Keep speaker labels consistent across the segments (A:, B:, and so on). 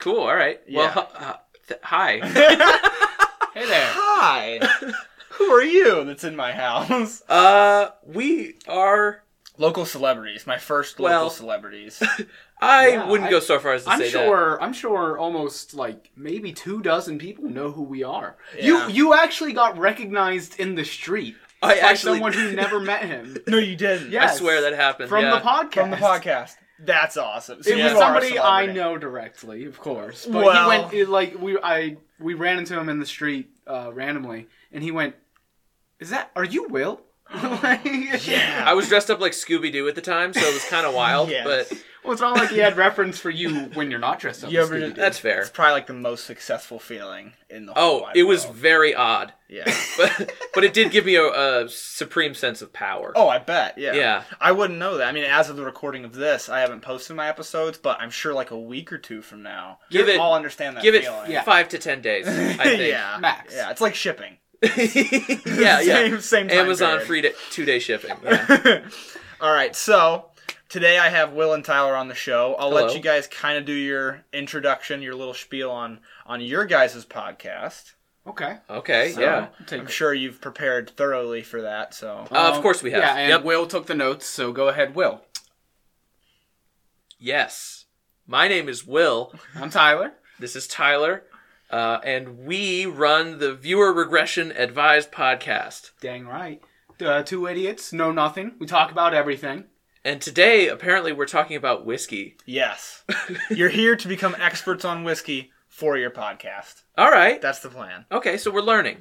A: Cool. All right.
B: Yeah.
A: Well, uh, th- hi.
B: Hey there.
C: Hi. Who are you? That's in my house.
A: uh, we are.
B: Local celebrities. My first local
A: Well-
B: celebrities.
A: I
D: Yeah,
A: wouldn't
D: I-
A: go so far as to
D: I'm
A: say
D: sure. I'm sure. Almost like maybe two dozen people know who we are.
B: Yeah.
D: You you actually got recognized in the street
A: that. I
D: by
A: actually,
D: someone who never met him
B: no, you didn't.
D: Yeah.
A: I
D: Yes.
A: swear that happened.
D: from
A: yeah.
D: the podcast.
B: From the podcast. That's awesome. So
D: It
B: you
D: was
B: are a
D: somebody I
B: celebrity.
D: know directly, of course. But
B: Well-
D: he went it, like we I we ran into him in the street uh, randomly, and he went, "Is that are you Will?" like,
B: Yeah.
A: I was dressed up like Scooby Doo at the time, so it was kind of wild.
B: Yes.
A: But
D: Well, it's not like he had reference for you when you're not dressed up.
B: You
D: as
B: ever-
D: Scooby-Doo.
A: that's fair.
B: It's probably like the most successful feeling in the whole
A: Oh,
B: wide
A: it was
B: world.
A: very odd,
B: Yeah.
A: but but it did give me a, a supreme sense of power.
B: Oh, I bet. Yeah.
A: Yeah.
B: I wouldn't know that. I mean, as of the recording of this, I haven't posted my episodes, but I'm sure like a week or two from now,
A: Give
B: you'll
A: it-
B: all understand that
A: Give it
B: feeling.
D: Yeah.
A: five to ten days. I
B: yeah.
D: Max.
B: Yeah. It's like shipping.
A: think. yeah, yeah.
B: Same, same time
A: Amazon
B: period.
A: free to, two day shipping. Yeah.
B: all right. So today I have Will and Tyler on the show. I'll let
A: Hello.
B: you guys kind of do your introduction, your little spiel on on your guys' podcast.
D: Okay.
A: Okay,
D: So,
A: yeah.
D: take
B: I'm
D: it.
B: sure you've prepared thoroughly for that. So
A: Uh, of course we have.
D: Um, Yeah, and
A: Yep.
D: Will took the notes, so go ahead, Will.
A: Yes. My name is Will.
D: I'm Tyler.
A: This is Tyler. Uh, and we run the Viewer Regression Advised podcast.
D: Dang right. Uh, two idiots know nothing. We talk about everything.
A: And today, apparently, we're talking about whiskey.
B: yes, you're here to become experts on whiskey for your podcast.
A: All right.
B: That's the plan.
A: Okay, so we're learning.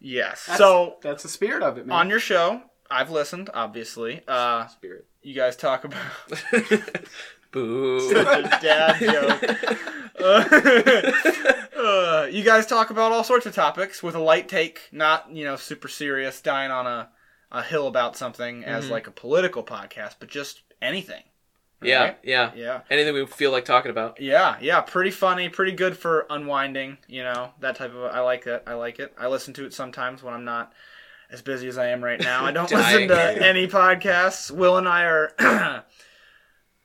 B: Yes.
D: That's,
B: so
D: that's the spirit of it, man.
B: on your show, I've listened, obviously. Uh,
A: Spirit.
B: you guys talk about
A: Boo.
B: the dad joke. Uh, uh, you guys talk about all sorts of topics with a light take, not you know super serious, dying on a a hill about something as
A: Mm-hmm.
B: like a political podcast, but just anything.
A: yeah,
B: Right?
A: yeah.
B: Yeah.
A: Anything we feel like talking about.
B: Yeah, yeah, pretty funny, pretty good for unwinding, you know, that type of I like it. I like it. I listen to it sometimes when I'm not as busy as I am right now. I don't listen
A: Dying.
B: to any podcasts. Will and I are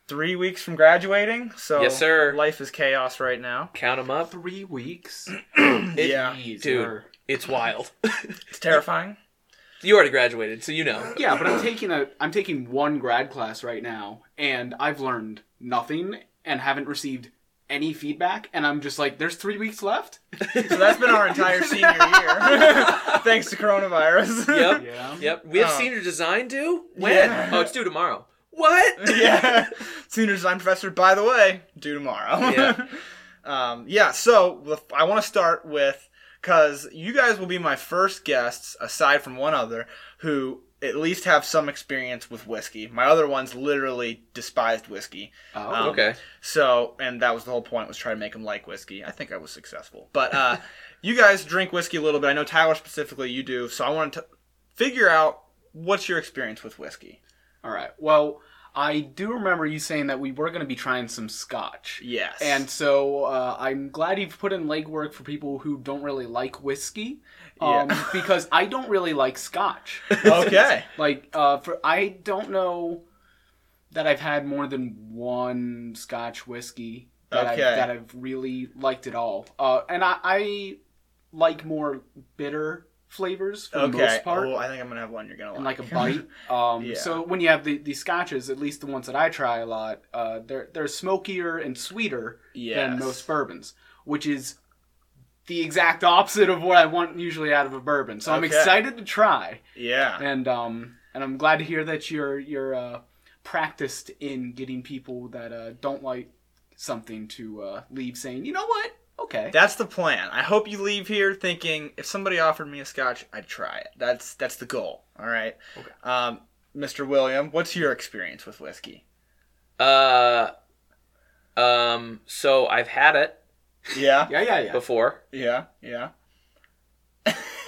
B: 3 weeks from graduating, so
A: Yes, sir.
B: life is chaos right now.
A: Count them up.
D: three weeks.
B: yeah.
D: Jeez,
A: Dude.
D: or-
A: It's wild.
B: It's terrifying.
A: you already graduated, so you know.
D: Yeah, but I'm taking a I'm taking one grad class right now, and I've learned nothing and haven't received any feedback, and I'm just like, there's three weeks left.
B: So that's been our entire senior year. Thanks to coronavirus.
A: Yep.
D: Yeah.
A: Yep. We have
B: Uh,
A: senior design due? When?
B: yeah.
A: Oh, it's due tomorrow. What?
B: yeah. Senior design professor, by the way, due tomorrow.
A: Yeah.
B: um, yeah, so the- I want to start with because you guys will be my first guests, aside from one other, who at least have some experience with whiskey. My other ones literally despised whiskey.
D: Oh,
A: okay.
B: So, and that was the whole point was try to make them like whiskey. I think I was successful. But uh, you guys drink whiskey a little bit. I know Tyler specifically you do. So I wanted to figure out what's your experience with whiskey.
D: all right. Well, I do remember you saying that we were going to be trying some scotch.
B: Yes.
D: And so uh, I'm glad you've put in legwork for people who don't really like whiskey,
B: Yeah.
D: um, because I don't really like Scotch.
B: okay.
D: Like, uh, for I don't know that I've had more than one Scotch whiskey that
B: Okay.
D: I've that I've really liked at all. Uh, and I, I like more bitter flavors for the most part,
B: Oh, I think I'm gonna have one you're gonna like.
D: and like a bite. Um,
B: Yeah.
D: So when you have the, the Scotches, at least the ones that I try a lot, uh, they're they're smokier and sweeter than
B: Yes.
D: most bourbons, which is the exact opposite of what I want usually out of a bourbon. So I'm
B: Okay.
D: excited to try
B: yeah.
D: and um and I'm glad to hear that you're you're uh, practiced in getting people that uh, don't like something to uh, leave saying, you know what? Okay.
B: That's the plan. I hope you leave here thinking if somebody offered me a scotch, I'd try it. That's that's the goal. All right. Okay. Um, Mr. William, what's your experience with whiskey?
A: Uh, um. So I've had it
B: Yeah.
D: yeah, yeah, yeah.
A: before.
B: Yeah. Yeah.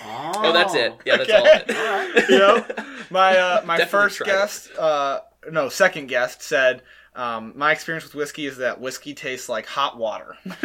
A: Oh, that's it. Yeah, that's all. Of it.
B: yep. My uh, my
A: Definitely
B: first
A: tried it.
B: guest, uh, no, second guest said, um, my experience with whiskey is that whiskey tastes like hot water.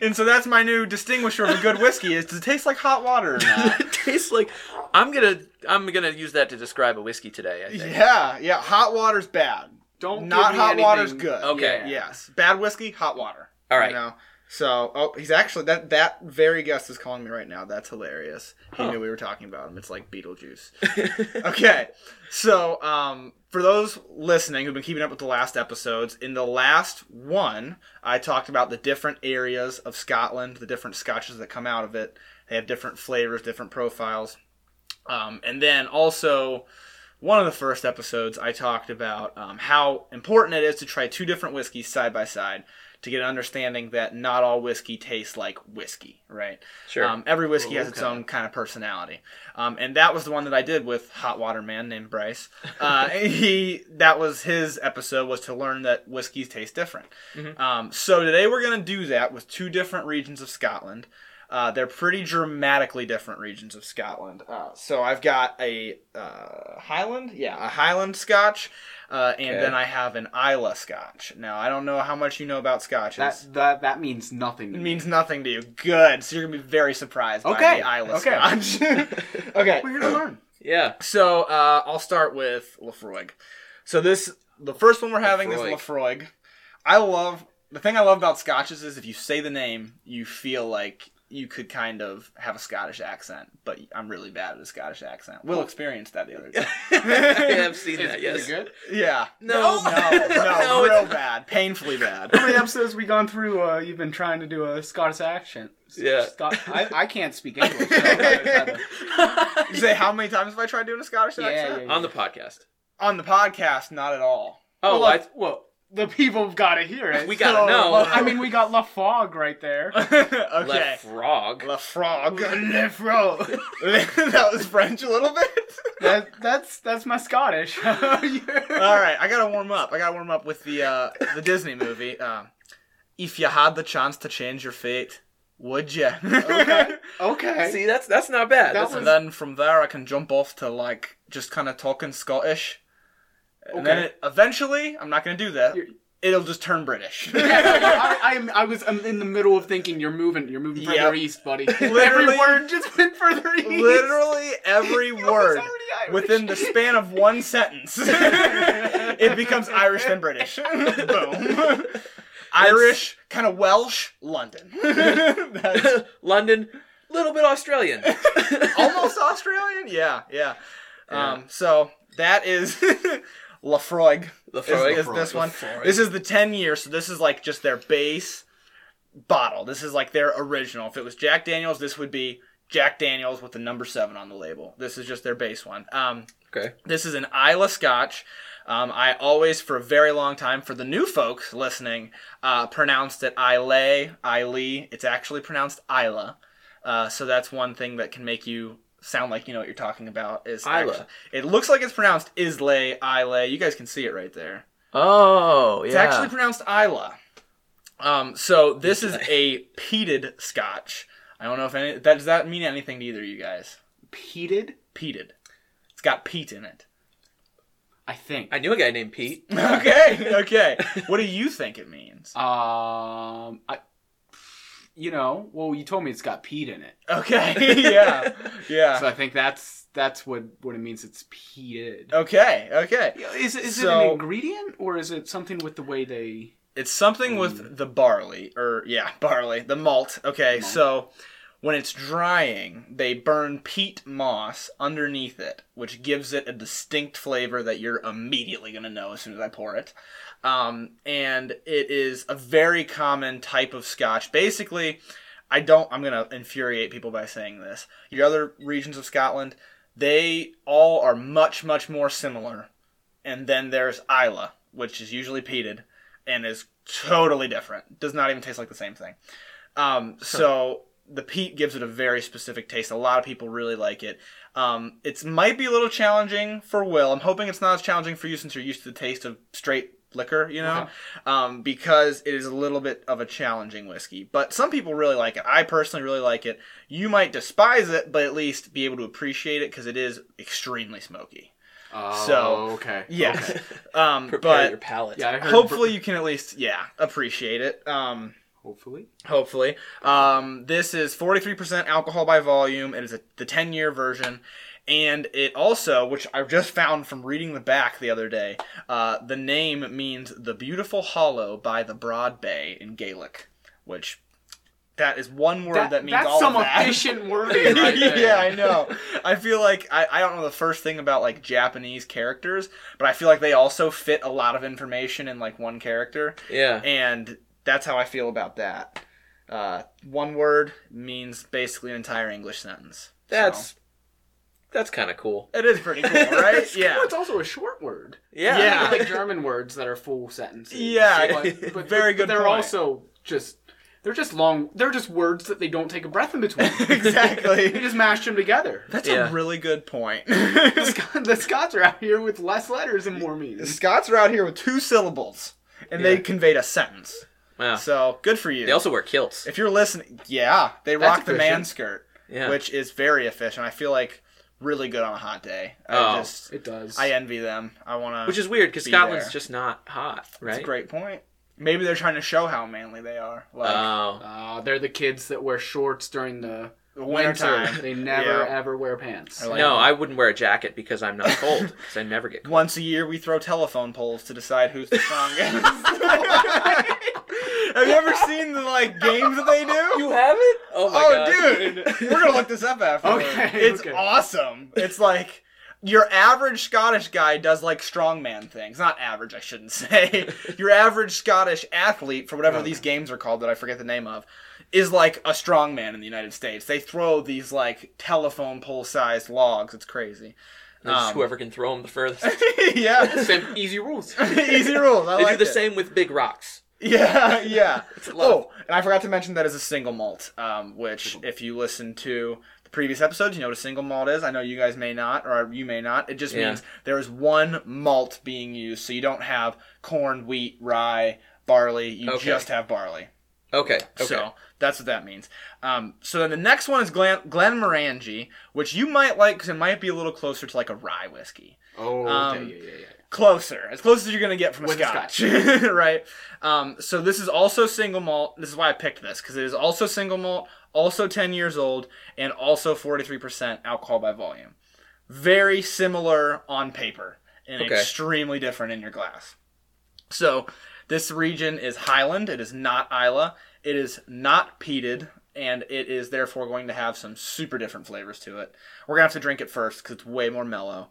B: and so that's my new distinguisher of a good whiskey is does it taste like hot water or not?
A: it tastes like I'm gonna I'm gonna use that to describe a whiskey today. I think.
B: yeah, yeah, hot water's bad.
D: Don't give
B: Not
D: me
B: hot water's
D: anything-
B: good.
A: Okay.
D: Yeah.
B: Yes. Bad whiskey, hot water.
A: All right.
B: You know? So, oh, he's actually that that very guest is calling me right now. That's hilarious. He
A: Huh.
B: knew we were talking about him. It's like Beetlejuice. okay. So, um, for those listening who've been keeping up with the last episodes, in the last one, I talked about the different areas of Scotland, the different scotches that come out of it. They have different flavors, different profiles. Um, and then also, one of the first episodes, I talked about um, how important it is to try two different whiskeys side by side to get an understanding that not all whiskey tastes like whiskey, right?
A: Sure.
B: Um, every whiskey has its
D: Okay.
B: own kind of personality, um, and that was the one that I did with Hot Water Man named Bryce. Uh, and he that was his episode was to learn that whiskeys taste different. Um, so today we're gonna do that with two different regions of Scotland. Uh, they're pretty dramatically different regions of Scotland. Uh, so I've got a uh, Highland, yeah, a Highland Scotch, uh, and
A: Okay.
B: then I have an Isla Scotch. Now I don't know how much you know about Scotches.
D: That that that means nothing. To
B: It
D: me.
B: means nothing to you. Good. So you're gonna be very surprised
D: Okay.
B: by the Isla
D: Okay.
B: Scotch. okay.
D: We're here to learn.
A: yeah.
B: So uh, I'll start with Lafroig. So this the first one we're having
A: Lafroig.
B: is Lafroig. I love the thing I love about Scotches is if you say the name, you feel like you could kind of have a Scottish accent, but I'm really bad at a Scottish accent. We'll experience that the other day.
A: yeah, I've seen
D: Is,
A: that. Yes.
D: is it good?
B: Yeah.
A: No.
B: No, no,
A: No,
B: real
A: it's-
B: bad. Painfully bad.
D: How many episodes we gone through? Uh, you've been trying to do a Scottish accent.
A: Yeah.
D: Scot- I, I can't speak English. So uh, I gotta try to-
B: You say how many times have I tried doing a Scottish
D: Yeah,
B: accent?
D: yeah, yeah.
A: On the podcast.
B: On the podcast, not at all.
A: Oh,
D: well,
A: I,
D: look, well, the people have got to hear it.
A: we gotta know.
D: I mean, we got La Fog right there.
B: okay.
A: Left frog.
B: La frog.
D: Le Fro.
B: that was French a little bit.
D: That, that's that's my Scottish.
B: All right, I gotta warm up. I gotta warm up with the uh, the Disney movie. Um, if you had the chance to change your fate, would you?
D: Okay. Okay.
A: See, that's that's not bad.
D: That
A: That's
D: was-
B: and then from there, I can jump off to like just kind of talking Scottish. And then
D: Okay.
B: it, eventually, I'm not gonna do that.
D: You're-
B: It'll just turn British.
D: I, I'm- I was I'm in the middle of thinking you're moving you're moving further
B: Yep.
D: east, buddy.
B: Literally-
D: Every word just went further east.
B: Literally every
D: It was
B: word
D: already Irish.
B: within the span of one sentence, it becomes Irish then British. Boom. Irish, kind of Welsh, London. That's
A: London, little bit Australian.
B: almost Australian. Yeah, yeah. Um, so that is Lafroig.
A: Lafroig.
B: is, is this one.
A: Lafroig.
B: This is the ten year. So this is like just their base bottle. This is like their original. If it was Jack Daniels, this would be Jack Daniels with the number seven on the label. This is just their base one. Um,
A: okay.
B: this is an Isla Scotch. Um, I always, for a very long time, for the new folks listening, uh, pronounced it Islay, Islay. E. It's actually pronounced Isla. Uh, so that's one thing that can make you sound like you know what you're talking about. Is
A: Isla.
B: actu- it looks like it's pronounced Islay, Islay. E. You guys can see it right there.
A: Oh, yeah.
B: It's actually pronounced Isla. Um, so this is a peated Scotch. I don't know if any, that does that mean anything to either of you guys.
D: Peated,
B: Peated. It's got peat in it.
D: I think.
A: I knew a guy named Pete.
B: okay, okay. What do you think it means?
D: um, I, you know, well, you told me it's got peat in it,
B: Okay, yeah, yeah.
D: so I think that's that's what what it means. It's peated.
B: Okay, okay.
D: Is it- is it
B: Oh, So-
D: an ingredient or is it something with the way they?
B: It's something with the barley, or yeah, barley, the malt. Okay, so when it's drying, they burn peat moss underneath it, which gives it a distinct flavor that you're immediately gonna know as soon as I pour it. Um, and it is a very common type of scotch. Basically, I don't. I'm gonna infuriate people by saying this. Your other regions of Scotland, they all are much, much more similar. And then there's Isla, which is usually peated and is totally different. Does not even taste like the same thing. Um, so the peat gives it a very specific taste. A lot of people really like it. Um, it might be a little challenging for Will. I'm hoping it's not as challenging for you since you're used to the taste of straight liquor, you know, um, because it is a little bit of a challenging whiskey. But some people really like it. I personally really like it. You might despise it, but at least be able to appreciate it because it is extremely smoky.
D: Oh,
B: So-
D: okay.
B: Yes.
D: Okay.
B: Um,
A: Prepare your
B: but
A: palate.
D: Yeah, I heard
B: hopefully you can at least, yeah, appreciate it. Um,
D: Hopefully.
B: hopefully. Um, this is 43% alcohol by volume. It is a, the 10 year version. And it also, which I just found from reading the back the other day, uh, the name means the beautiful hollow by the broad bay in Gaelic, which that is one word that, means
D: that's
B: all
D: some
B: of that.
D: efficient wording right there.
B: yeah, I know. I feel like I, I don't know the first thing about like Japanese characters, but I feel like they also fit a lot of information in like one character,
A: Yeah.
B: and that's how I feel about that. Uh, one word means basically an entire English sentence.
A: That's that's kind of cool.
B: So, it is pretty cool, right?
A: That's
B: yeah,
D: Well, it's also a short word.
A: Yeah.
B: Yeah.
D: Kind of like German words that are full sentences.
B: Yeah,
D: but, but,
B: very
D: but
B: good
D: They're
B: point.
D: also just they're just long. They're just words that they don't take a breath in between. you
B: exactly.
D: just mash them together.
B: That's
A: Yeah.
B: a really good point.
D: The, Sc- the Scots are out here with less letters and more
B: the
D: meanings.
B: Scots are out here with two syllables, and they
A: Yeah.
B: conveyed a sentence.
A: Wow.
B: So good for you.
A: They also wear kilts.
B: if you're listening, yeah, they
D: That's
B: rock the
D: efficient.
B: man skirt.
A: Yeah.
B: which is very efficient. I feel like really good on a hot day. I
A: Oh.
B: just
D: It does.
B: I uh, envy them. I want to.
A: Which is weird because
B: uh, Be
A: Scotland's
B: there.
A: just not hot,
B: that's
A: right?
B: a great point. Maybe they're trying to show how manly they are. Like
A: Oh,
D: Uh, they're the kids that wear shorts during the
B: the
D: winter.
B: wintertime.
D: They never
B: Yeah.
D: ever wear pants.
B: I like- uh,
A: no, I wouldn't wear a jacket because I'm not cold. Because I never get cold.
B: Once a year, we throw telephone poles to decide who's the strongest. Have you ever seen the like games that they do?
A: haven't? Oh my god.
B: oh, dude, we're gonna look this up after.
D: Okay,
B: it's
D: okay.
B: awesome. It's like your average Scottish guy does like strongman things. Not average, I shouldn't say. your average Scottish athlete, for whatever these games are called that I forget the name of, is like a strongman in the United States. They throw these like telephone pole sized logs. It's crazy.
A: It's just
B: Um,
A: whoever can throw them the furthest.
B: yeah.
D: Same easy rules.
B: Easy rules. I
A: They
B: like
A: do the
B: it.
A: same with big rocks.
B: Yeah, yeah.
A: lot
B: oh, and I forgot to mention that is a single malt, um, which if you listen to the previous episodes, you know what a single malt is. I know you guys may not, or you may not. It just
A: Yeah.
B: means there is one malt being used, so you don't have corn, wheat, rye, barley. You
A: Okay.
B: just have barley.
A: Okay. Okay.
B: Oh. So that's what that means. Um, so then the next one is Glen Glenmorangie, which you might like because it might be a little closer to like a rye whiskey
D: Oh,
B: Um,
D: yeah, yeah, yeah, yeah.
B: closer as close as you're gonna get from a
D: With a
B: scotch, right um, so this is also single malt this is why i picked this because it is also single malt also 10 years old and also 43% alcohol by volume very similar on paper and
A: Okay.
B: extremely different in your glass so this region is highland it is not isla it is not peated and it is therefore going to have some super different flavors to it we're gonna have to drink it first because it's way more mellow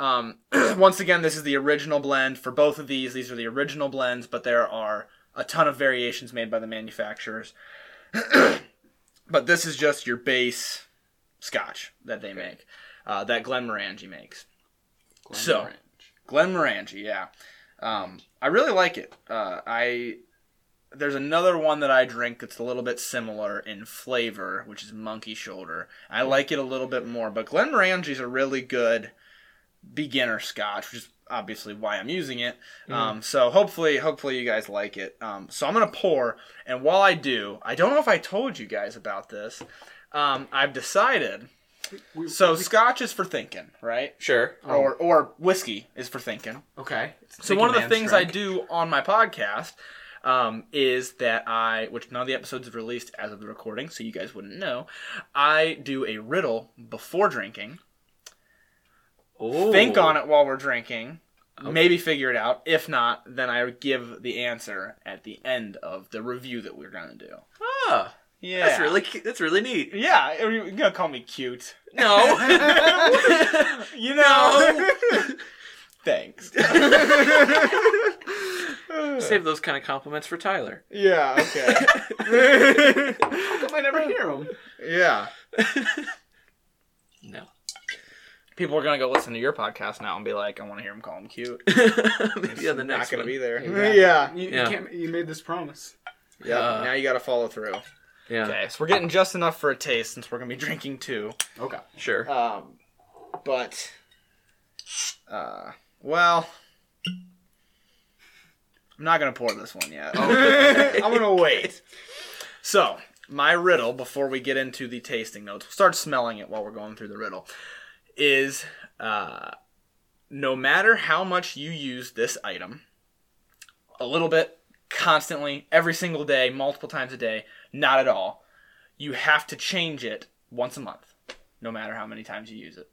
B: um, once again, this is the original blend for both of these. These are the original blends, but there are a ton of variations made by the manufacturers. but this is just your base scotch that they make, uh, that Glenmorangie makes. So-
D: Glenmorangie.
B: Glenmorangie, yeah. Um, I really like it. Uh, I there's another one that I drink that's a little bit similar in flavor, which is Monkey Shoulder. I like it a little bit more, but Glenmorangie's a really good beginner scotch, which is obviously why I'm using it.
D: Mm.
B: Um, so hopefully, hopefully you guys like it. Um, so I'm gonna pour, and while I do, I don't know if I told you guys about this. Um, I've decided.
D: we-
B: So scotch is for thinking, right?
A: sure.
B: or or whiskey is for thinking.
D: Okay.
B: Oh. So one of the things I do on my podcast um, is that I, which none of the episodes have released as of the recording, so you guys wouldn't know, I do a riddle before drinking.
A: Ooh.
B: Think on it while we're drinking. Maybe figure it out. If not, then I give the answer at the end of the review that we're gonna do.
A: Ah,
B: Yeah,
A: that's really cu- that's really neat.
B: yeah. You're gonna call me cute?
A: No.
B: You know. Thanks.
A: Save those kind of compliments for Tyler.
B: Yeah. Okay.
D: I never hear them.
B: yeah.
A: No.
B: People are gonna go listen to your podcast now and be like, "I want to hear him call him cute."
A: Maybe on the next
B: not gonna
A: one.
B: be there.
D: Yeah. You,
A: Yeah.
D: You, can't, you made this promise.
B: Yep,
A: Uh,
B: now you gotta follow through.
A: Yeah.
B: Okay, so we're getting just enough for a taste since we're gonna be drinking two.
D: Okay.
A: Sure.
B: Um, but, uh, well, I'm not gonna pour this one yet. I'm gonna wait. So, my riddle before we get into the tasting notes, we'll start smelling it while we're going through the riddle, is uh, no matter how much you use this item, a little bit, constantly, every single day, multiple times a day, not at all, you have to change it once a month, no matter how many times you use it.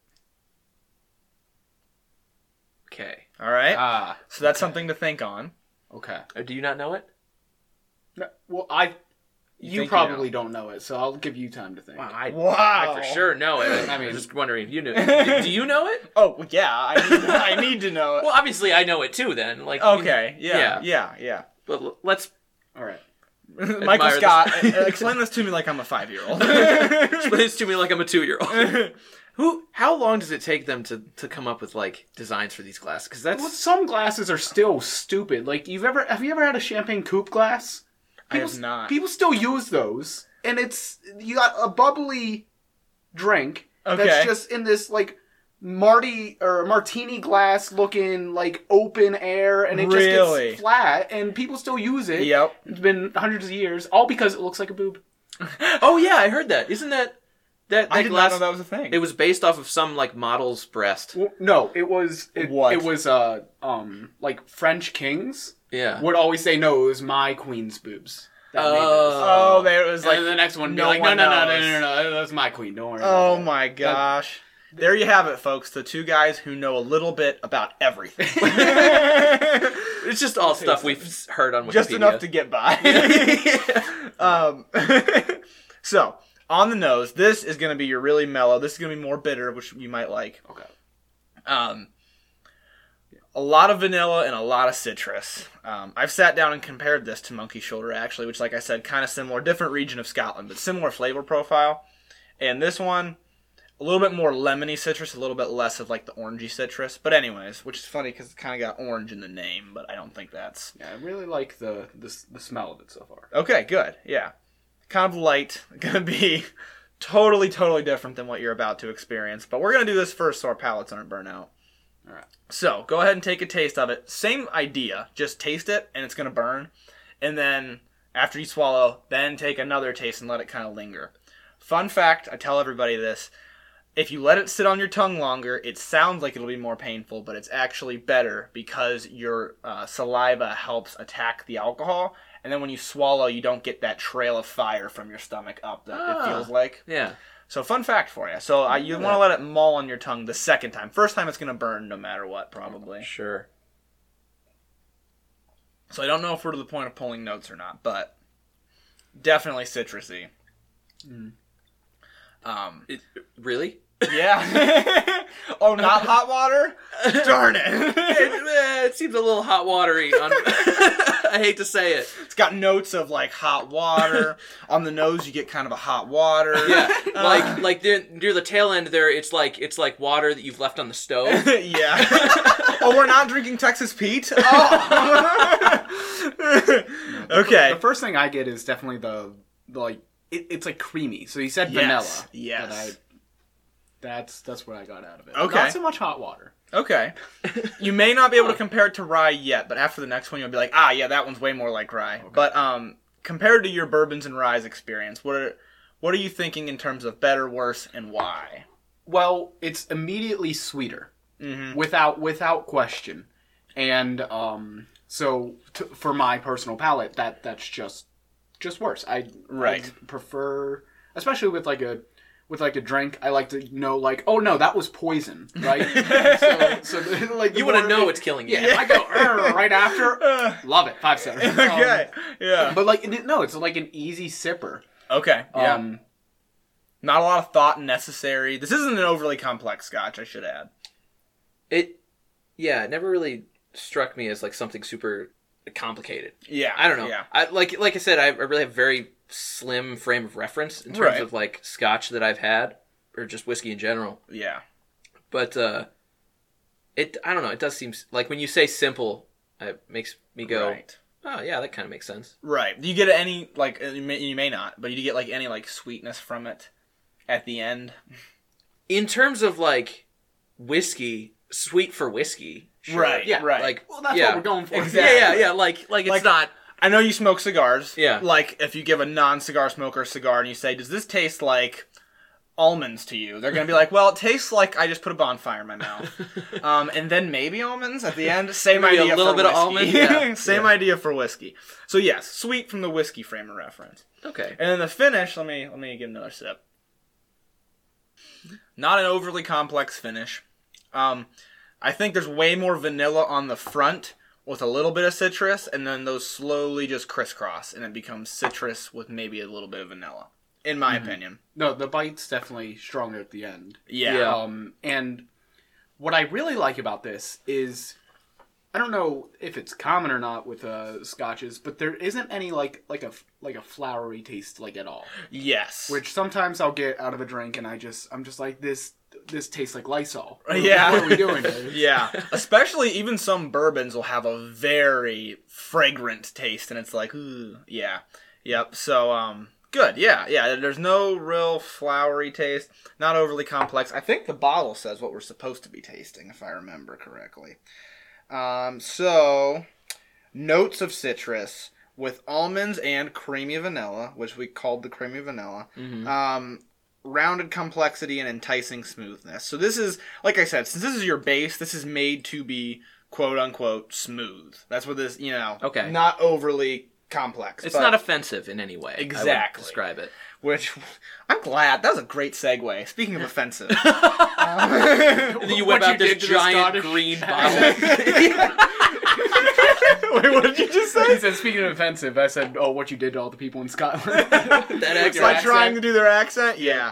B: All right.
D: Ah,
B: so that's something to think on.
D: okay.
A: Uh, Do you not know it?
D: No, well, I you,
B: think you
D: probably don't know it, so I'll give you time to think.
A: I,
B: Wow.
A: I for sure know it.
D: I
A: I
D: mean-
A: mean, just wondering if you knew. Do do you know it?
B: Oh well, yeah, I need, I need to know. it.
A: Well, obviously I know it too. Then, like,
B: Okay. Yeah. Yeah. Yeah.
A: But l- let's
D: All right.
B: Michael
A: this.
B: Scott, uh, explain this to me like I'm a five year old.
A: explain this to me like I'm a two-year-old. Who? How long does it take them to to come up with like designs for these glasses? Because that's
D: Well, some glasses are still stupid. Like you've ever have you ever had a champagne coupe glass?
B: I have
D: s-
B: not.
D: People still use those, and it's you got a bubbly drink
B: Okay.
D: that's just in this like Marty or martini glass looking like open air, and it just
B: Really?
D: gets flat, and people still use it.
B: yep.
D: It's been hundreds of years, all because it looks like a boob.
A: oh yeah, I heard that. Isn't that that
B: I
A: that
B: did
A: glass?
B: not know that was a thing.
A: It was based off of some like model's breast.
D: Well, no, it was it,
B: What?
D: it was uh um like French kings
A: Yeah.
D: would always say no, it was my queen's boobs. that made this.
B: oh, there it was
D: And
B: like
D: then the next one, would be
B: no
D: like, no,
B: one
D: no, no, no,
B: knows.
D: no, no, no, that's my queen. Don't worry.
B: Oh
D: about that."
B: my gosh. There you have it, folks. The two guys who know a little bit about everything.
A: It's just all stuff we've s- heard on Wikipedia.
B: Just enough to get by. um, so, on the nose, this is going to be your really mellow. This is going to be more bitter, which you might like.
D: Okay.
B: Um, a lot of vanilla and a lot of citrus. Um, I've sat down and compared this to Monkey Shoulder, actually, which, like I said, kind of similar, different region of Scotland, but similar flavor profile. And this one, a little bit more lemony citrus, a little bit less of like the orangey citrus. But anyways, which is funny because it's kind of got orange in the name, but I don't think that's
D: Yeah, I really like the, the s- the smell of it so far.
B: okay. Good, yeah, kind of light. Gonna be totally, totally different than what you're about to experience. But we're gonna do this first so our palates aren't burnt out.
D: All right.
B: So go ahead and take a taste of it. Same idea, just taste it and it's gonna burn. And then after you swallow, then take another taste and let it kind of linger. Fun fact, I tell everybody this. If you let it sit on your tongue longer, it sounds like it'll be more painful, but it's actually better because your uh, saliva helps attack the alcohol. And then when you swallow, you don't get that trail of fire from your stomach up that
A: Ah.
B: it feels like.
A: yeah.
B: So fun fact for you. So uh, you want to let it mull on your tongue the second time. First time it's gonna burn no matter what,
A: Oh,
B: probably.
A: Sure.
B: So I don't know if we're to the point of pulling notes or not, but definitely citrusy.
D: Hmm.
B: Um,
A: It, really?
B: yeah. oh, not hot water. Darn it!
A: it, eh, it seems a little hot watery. On, I hate to say it.
B: It's got notes of like hot water on the nose. You get kind of a hot water. Uh,
A: Yeah, like like near, near the tail end there, it's like it's like water that you've left on the stove.
B: yeah. oh, we're not drinking Texas Pete. Oh. okay.
D: The first thing I get is definitely the, the like it, it's like creamy. So you said
B: Yes,
D: vanilla.
B: yes.
D: but I- that's that's what I got out of it.
B: Okay.
D: Not so much hot water.
B: Okay. You may not be able to compare it to rye yet, but after the next one, you'll be like, ah, yeah, that one's way more like rye. But um, compared to your bourbons and ryes experience, what are what are you thinking in terms of better, worse, and why?
D: Well, it's immediately sweeter.
B: hmm
D: without without question. And um, so t- for my personal palate, that that's just just worse. I
B: Right.
D: I prefer, especially with like a with like a drink. I like to know like, oh no, that was poison, right? so, so like the
A: You want to
D: more-
A: know it's killing you.
D: Yeah, if I go "Arr," right after.
B: Uh,
D: Love it, five stars. Um,
B: okay. yeah.
D: but like it- no, it's like an easy sipper.
B: Okay. Yeah.
D: Um,
B: not a lot of thought necessary. This isn't an overly complex scotch, I should add.
A: It, yeah, it never really struck me as like something super complicated.
B: Yeah.
A: I don't know.
B: Yeah.
A: I like like I said, I, I really have very slim frame of reference in terms
B: Right.
A: of like scotch that I've had or just whiskey in general.
B: Yeah.
A: But uh it I don't know, it does seem s- like when you say simple, it makes me go,
B: Right.
A: "Oh, yeah, that kind of makes sense."
B: Right. Do you get any like you may, you may not, but do you get like any like sweetness from it at the end?
A: In terms of like whiskey, sweet for whiskey. Sure.
B: Right,
A: Yeah,
B: right.
A: Like
D: well, that's
A: yeah.
D: what we're going for.
B: Exactly.
A: Yeah, yeah, yeah, like like it's
B: Like-
A: not
B: I know you smoke cigars.
A: Yeah.
B: Like if you give a non-cigar smoker a cigar and you say, "Does this taste like almonds to you?" They're gonna be like, "Well, it tastes like I just put a bonfire in my mouth." um, and then maybe almonds at the end. Same
A: Maybe a
B: idea.
A: little
B: for
A: bit of
B: whiskey.
A: almond, yeah.
B: Same
A: Yeah.
B: idea for whiskey. So yes, sweet from the whiskey frame of reference.
A: okay.
B: And then the finish, let me let me give another sip. Not an overly complex finish. Um, I think there's way more vanilla on the front with a little bit of citrus, and then those slowly just crisscross, and it becomes citrus with maybe a little bit of vanilla. In my opinion,
D: No, the bite's definitely stronger at the end.
B: yeah.
A: Yeah.
D: Um, and what I really like about this is, I don't know if it's common or not with uh, scotches, but there isn't any like like a like a flowery taste like at all.
B: Yes.
D: Which sometimes I'll get out of a drink and I just I'm just like this this tastes like Lysol.
B: Yeah.
D: what are we doing? here?
B: yeah, especially even some bourbons will have a very fragrant taste, and it's like, ooh, yeah, yep. So, um, good, yeah, yeah. There's no real flowery taste, not overly complex. I think the bottle says what we're supposed to be tasting, if I remember correctly. Um, so notes of citrus with almonds and creamy vanilla, which we called the creamy vanilla.
A: mm-hmm.
B: Um, rounded complexity and enticing smoothness. So this is, like I said, since this is your base, this is made to be quote unquote smooth. That's what this, you know,
A: Okay.
B: not overly complex.
A: It's
B: but-
A: not offensive in any way. I would
B: Exactly.
A: describe it.
B: which I'm glad that was a great segue. Speaking of offensive,
A: And
B: Um,
A: then you
D: What
A: whip out
D: did
A: this
D: to the
A: giant
D: Scottish
A: green
D: accent.
A: bottle.
B: wait, what did you just
D: He
B: say?
D: said, speaking of offensive, I said, "Oh, what you did to all the people in Scotland."
A: That accent.
B: It's like
D: accent.
B: trying to do their accent. Yeah.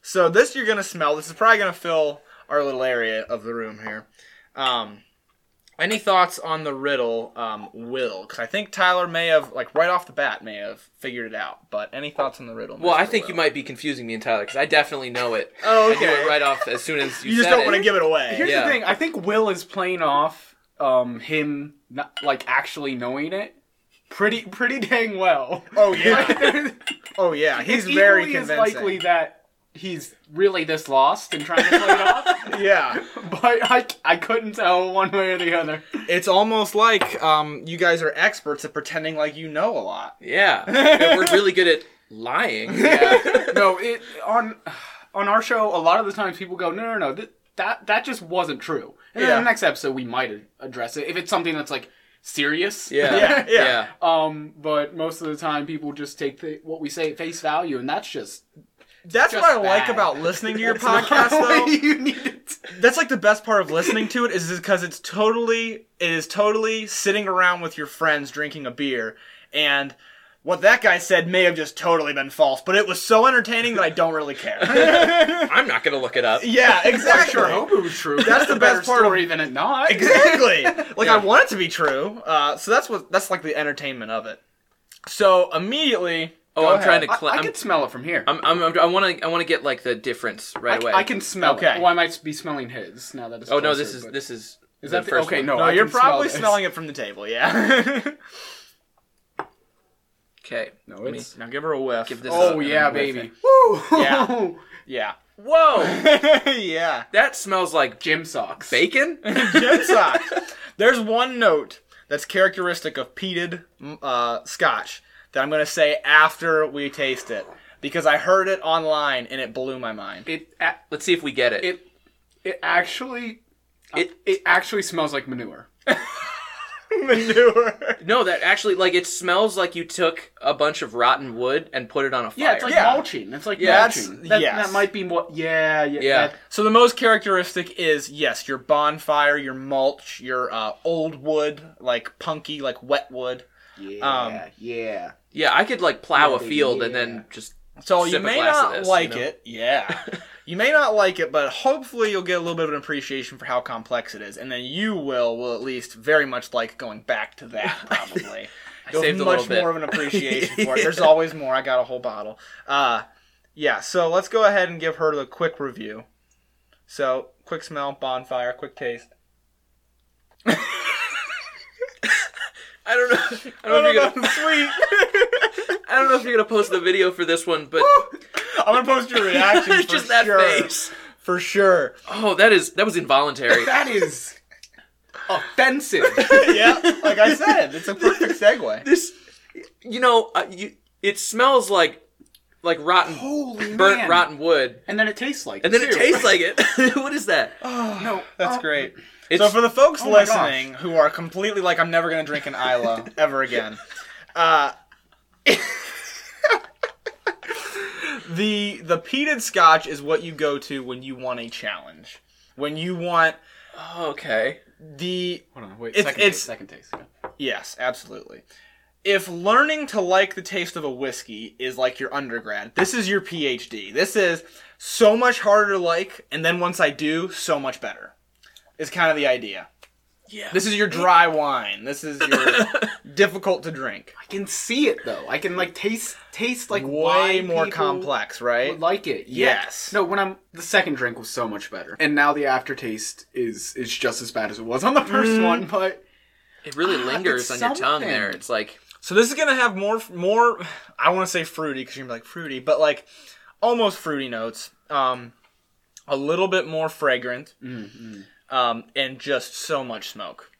B: So this you're gonna smell. This is probably gonna fill our little area of the room here. Um, any thoughts on the riddle, um, Will? Because I think Tyler may have, like, right off the bat, may have figured it out. But any thoughts on the riddle?
A: Well, I
B: Mr.
A: think
B: Will?
A: you might be confusing me and Tyler because I definitely know it.
B: Oh,
A: I knew
B: okay.
A: it right off as soon as you,
B: You just
A: said
B: don't want
A: it.
B: to give it away.
D: Here's
A: Yeah.
D: the thing: I think Will is playing off um, him not, like actually knowing it pretty pretty dang well.
B: oh yeah.
D: Like,
B: Oh yeah. He's
D: it's
B: very
D: equally as
B: convincing.
D: likely that he's really this lost and trying to play it off.
B: Yeah.
D: But I, I couldn't tell one way or the other.
B: It's almost like um, you guys are experts at pretending like you know a lot.
A: Yeah. Yeah, we're really good at lying.
D: Yeah. no, it on on our show a lot of the times people go, no, no, no, th- that that just wasn't true. And
B: Yeah.
D: then the next episode we might a- address it if it's something that's like serious.
A: Yeah.
B: Yeah, yeah.
D: Um, but most of the time people just take the, what we say at face value, and that's just
B: That's
D: Just
B: what I like
D: bad.
B: about listening to your
D: not
B: podcast,
D: the way
B: though.
D: you need it.
B: That's like the best part of listening to it is because it's totally, it is totally sitting around with your friends drinking a beer, and what that guy said may have just totally been false, but it was so entertaining that I don't really care.
A: I'm not going to look it up.
B: yeah,
D: I
B: exactly.
D: sure hope it was true.
B: That's the
D: A better
B: best part of-
D: story than it not.
B: exactly. Like
A: Yeah.
B: I want it to be true. Uh, so that's what that's like the entertainment of it. So immediately,
A: Oh,
B: Go
A: I'm
B: ahead.
A: trying to.
D: I,
A: Cl-
D: I
A: I'm,
D: can smell it from here.
A: I'm, I'm, I'm, I want to. I want to get like the difference right
D: I,
A: away.
D: I can smell.
B: Okay.
D: It. Well, I might be smelling his now that it's.
A: Oh no,
D: closer,
A: this is
D: but-
A: this is.
D: Is that the- okay,
A: one.
D: no.
B: no,
D: Oh, I
B: you're
D: can smell
B: probably
D: this.
B: smelling it from the table. Yeah.
A: Okay.
D: no.
A: Let me-
D: It's
B: now give her a whiff.
A: Give this
D: oh
A: up.
D: yeah,
A: I'm with
D: baby. Woo!
B: Yeah. Yeah.
A: Whoa,
B: yeah.
A: that smells like
D: Gym socks.
A: bacon.
B: Gin socks. There's one note that's characteristic of peated mm, uh, scotch that I'm going to say after we taste it because I heard it online and it blew my mind.
D: It a-
A: Let's see if we get it.
D: it it actually
A: It-
D: it it actually smells like manure.
B: Manure.
A: no, that actually like it smells like you took a bunch of rotten wood and put it on a fire.
D: Yeah, it's like
B: Yeah.
D: mulching. It's like
A: Yeah,
B: that's-
D: mulching. That,
B: yes.
D: that might be what. Yeah, yeah.
A: Yeah.
D: that-
B: So the most characteristic is yes, your bonfire, your mulch, your uh, old wood, like punky, like wet wood.
D: yeah, yeah.
A: yeah, I could like plow
D: Yeah,
A: a
D: baby,
A: field and
D: yeah.
A: then just.
B: So
A: Sip
B: you
A: a
B: may
A: glass of
B: not
A: this,
B: like
A: you know?
B: it. Yeah. you may not like it, but hopefully you'll get a little bit of an appreciation for how complex it is. And then you will will at least very much like going back to that probably. You'll have
A: saved a little
B: much
A: bit.
B: more of an appreciation for it. There's always more. I got a whole bottle. Uh yeah, so let's go ahead and give her the quick review. So, quick smell, bonfire, quick taste.
A: I don't know. I
B: I
A: don't know
B: don't
A: if you're
B: know,
A: gonna.
B: sweet.
A: I don't know if you're gonna post the video for this one, but
B: I'm gonna post your reaction for
A: just that
B: sure.
A: face.
B: For sure.
A: Oh, that is that was involuntary.
D: That is offensive.
B: yeah, like I said, it's a perfect segue.
A: this you know uh, you, it smells like like rotten
D: Holy
A: burnt
D: man.
A: rotten wood
D: And then it tastes like.
A: and then
D: it,
A: it
D: too.
A: tastes like it what is that
D: No,
B: That's
D: uh,
B: great.
A: it's
B: so for the folks
D: Oh my gosh.
B: listening who are completely like, I'm never gonna drink an Isla ever again. Uh, the the peated Scotch is what you go to when you want a challenge, when you want
A: Oh, okay.
B: The
D: Hold on, wait.
B: It's-
D: second
B: it's-
D: taste. Second taste. yeah.
B: yes, absolutely. If learning to like the taste of a whiskey is like your undergrad, this is your PhD. This is so much harder to like, and then once I do, so much better. Is kind of the idea.
A: Yeah.
B: This is your dry wine. This is your difficult to drink.
D: I can see it though. I can like taste taste like why
B: Way more
D: people
B: complex, right?
D: would like it. Yeah.
B: Yes.
D: No, when I'm the second drink was so much better, and now the aftertaste is is just as bad as it was on the first
A: Mm.
D: one. But
A: It really
D: Ah,
A: lingers on
D: that's
A: your tongue there.
D: something.
A: It's like
B: So this is gonna have more, more. I want to say fruity because you're gonna be like fruity, but like almost fruity notes. Um, a little bit more fragrant,
A: Mm-hmm.
B: um, and just so much smoke.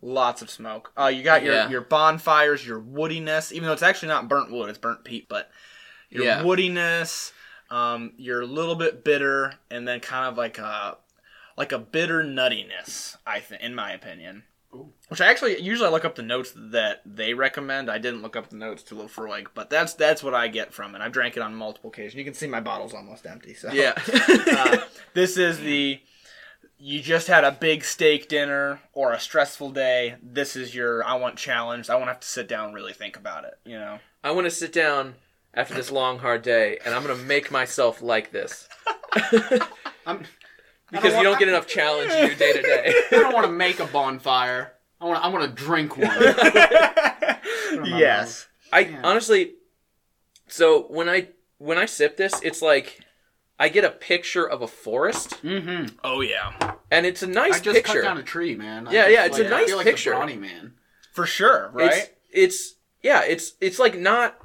B: Lots of smoke. Uh, you got your
A: Yeah.
B: your bonfires, your woodiness. Even though it's actually not burnt wood, it's burnt peat, but your
A: Yeah.
B: woodiness. Um, you're a little bit bitter, and then kind of like a like a bitter nuttiness. I think, in my opinion which I actually usually I look up the notes that they recommend. I didn't look up the notes to look for like, but that's that's what I get from it. I've drank it on multiple occasions. You can see my bottle's almost empty. So
A: yeah.
B: uh, this is the you just had a big steak dinner or a stressful day. This is your I want challenged. I want to have to sit down and really think about it. You know,
A: I want to sit down after this long hard day, and I'm gonna make myself like this
D: I'm
A: because you don't get enough challenge in your day to
D: I
A: day.
D: don't want to make a bonfire. I want I want to drink one.
B: yes,
A: I
D: Yeah.
A: honestly, so when I when I sip this, it's like I get a picture of a forest,
D: Mm-hmm.
B: oh yeah,
A: and it's a nice
D: I just
A: picture.
D: cut down a tree, man. I
A: Yeah,
D: just,
A: yeah, it's
D: like,
A: a
D: I
A: nice
D: feel like
A: picture.
D: The brawny man.
B: for sure, right?
A: It's, it's yeah, it's it's like not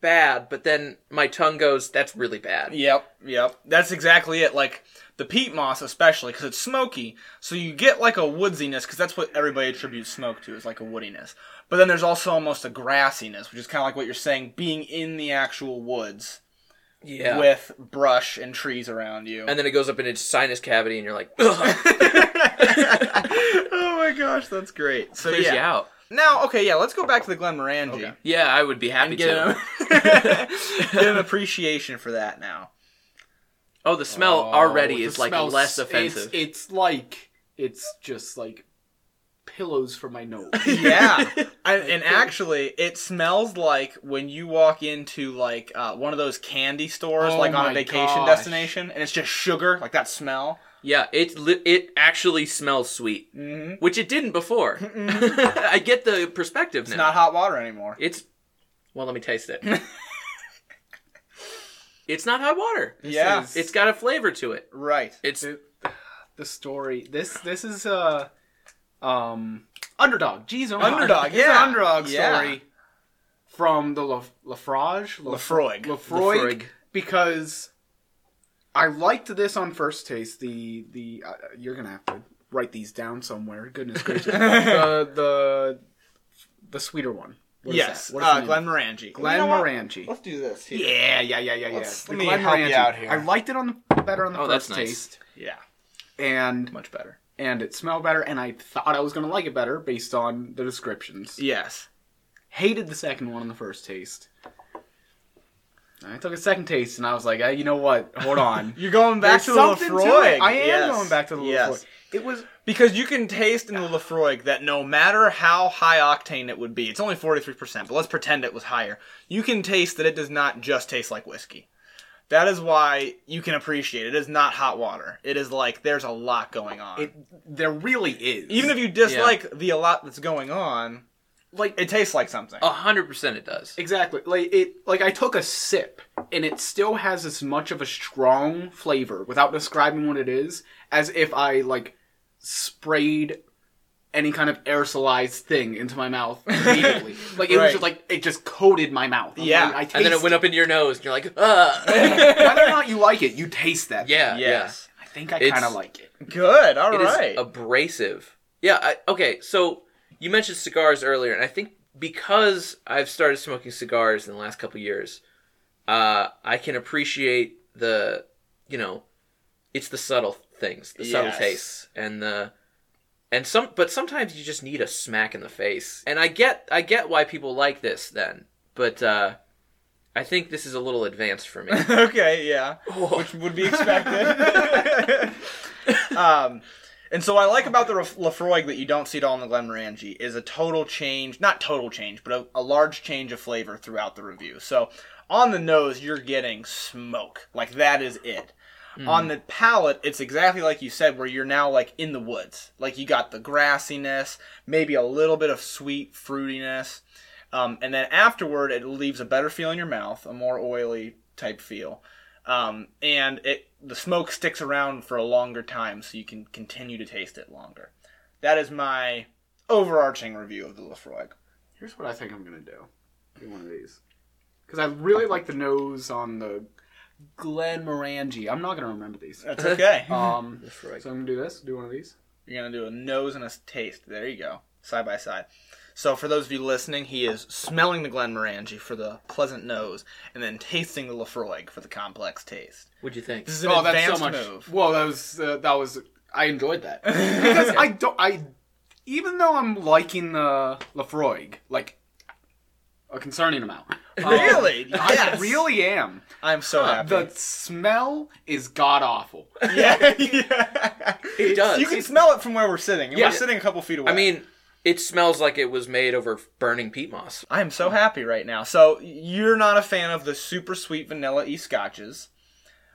A: bad, but then my tongue goes, "That's really bad."
B: Yep, yep. That's exactly it. Like the peat moss, especially because it's smoky, so you get like a woodsiness because that's what everybody attributes smoke to is like a woodiness. But then there's also almost a grassiness, which is kind of like what you're saying, being in the actual woods
A: Yeah.
B: with brush and trees around you.
A: and then it goes up in its sinus cavity, and you're like, Ugh,
B: oh my gosh, that's great. So
A: clears you
B: yeah.
A: out.
B: Now, okay, yeah. Let's go back to the Glenmorangie
A: Yeah, I would be happy
B: and get
A: to.
B: an, get an appreciation for that now.
A: Oh, the smell
D: Oh,
A: already
D: the
A: is like
D: smell's-
A: less offensive.
D: It's, it's like it's just like pillows for my nose.
B: yeah I, and actually it smells like when you walk into like uh, one of those candy stores
D: Oh
B: like on a
D: my
B: vacation
D: gosh.
B: destination and it's just sugar like that smell
A: yeah, it li- it actually smells sweet,
B: mm-hmm.
A: which it didn't before. I get the perspective
B: it's
A: now.
B: not hot water anymore
A: it's well, let me taste it. it's not hot water.
D: This
B: yeah.
D: is-
A: It's got a flavor to it.
B: right
A: It's
D: the story. This this is uh um underdog. Jeez, oh my.
B: Underdog,
D: It's
B: yeah.
D: an underdog
B: Yeah.
D: story from the La- Lafrage
B: Lafroig.
D: Lafroig because I liked this on first taste. The the uh, you're gonna have to write these down somewhere. Goodness gracious, the the the sweeter one. What is
B: yes
D: that? What is the
B: uh,
D: name?
B: Glenmorangie
D: Glenn
B: You know what?
D: Morangi.
B: let's do this here.
D: Yeah, yeah, yeah, yeah, yeah.
B: Let's-
D: The
B: let me
D: Glen
B: help you
D: Morangi.
B: out here.
D: I liked it on the better on the
A: Oh, that's
D: first
A: nice.
D: taste,
B: yeah
D: and
B: much better
D: and it smelled better, and I thought I was gonna like it better based on the descriptions.
B: yes
D: Hated the second one on the first taste. I took a second taste, and I was like, hey, you know what? Hold on.
B: you're going back
D: There's
B: to the
D: something to
B: Lafroig.
D: it. I am
B: Yes.
D: going back to the
B: Yes.
D: Lafroig. It was
B: Because you can taste in the Lafroig that no matter how high octane it would be, it's only 43%, but let's pretend it was higher. You can taste that it does not just taste like whiskey. That is why you can appreciate it. It is not hot water. It is like there's a lot going on.
D: it. There really is.
B: Even if you dislike the a lot that's going on,
D: like
B: it tastes like something.
D: Uh,
A: a hundred percent. It does.
D: Exactly. Like it like I took a sip and it still has as much of a strong flavor without describing what it is as if I like sprayed any kind of aerosolized thing into my mouth immediately. like it
B: Right.
D: was just like it just coated my mouth. I'm
B: Yeah.
D: like, I taste,
A: and then it went up into your nose, and you're like, Ugh.
D: Whether or not you like it, you taste that.
A: yeah, yeah.
B: yes.
D: I think I
A: It's-
D: kind of like it.
B: Good. All
A: It is
B: right.
A: abrasive. Yeah. I, okay. So you mentioned cigars earlier, and I think because I've started smoking cigars in the last couple years, uh, I can appreciate the, you know, it's the subtle things, the subtle
B: Yes.
A: tastes, and the, and some. But sometimes you just need a smack in the face, and I get, I get why people like this then, but uh, I think this is a little advanced for me.
B: okay, yeah, which would be expected. um, and so what I like about the Ref- Lefroy that you don't see at all in the Glenmorangie is a total change, not total change, but a, a large change of flavor throughout the review. So on the nose, you're getting smoke, like that is it. On the palate, it's exactly like you said, where you're now like in the woods. Like you got the grassiness, maybe a little bit of sweet fruitiness. Um, and then afterward, it leaves a better feel in your mouth, a more oily type feel, um, and it the smoke sticks around for a longer time, so you can continue to taste it longer. That is my overarching review of the Lefroy.
D: Here's what I think I'm gonna do. Do one of these because I really like the nose on the Glen Morangi. I'm not gonna remember these.
B: That's okay.
D: Um,
A: Lefroy.
D: so I'm gonna do this. Do one of these.
B: You're gonna do a nose and a taste. There you go, side by side. So for those of you listening, he is smelling the Glenmorangie for the pleasant nose, and then tasting the Lefroy for the complex taste.
A: What'd you think?
B: This is an
D: Oh,
B: advanced move.
D: Well, that was uh, that was. I enjoyed that because I don't. I even though I'm liking the Lefroy, like a concerning amount. um,
B: Really?
D: I
B: Yes.
D: really am.
B: I'm so happy.
D: The smell is god awful.
B: yeah, yeah.
A: It does.
B: You can smell it from where we're sitting. And
D: Yeah.
B: We're sitting a couple feet away.
A: I mean, it smells like it was made over burning peat moss.
B: I am so happy right now. So you're not a fan of the super sweet vanilla e scotches,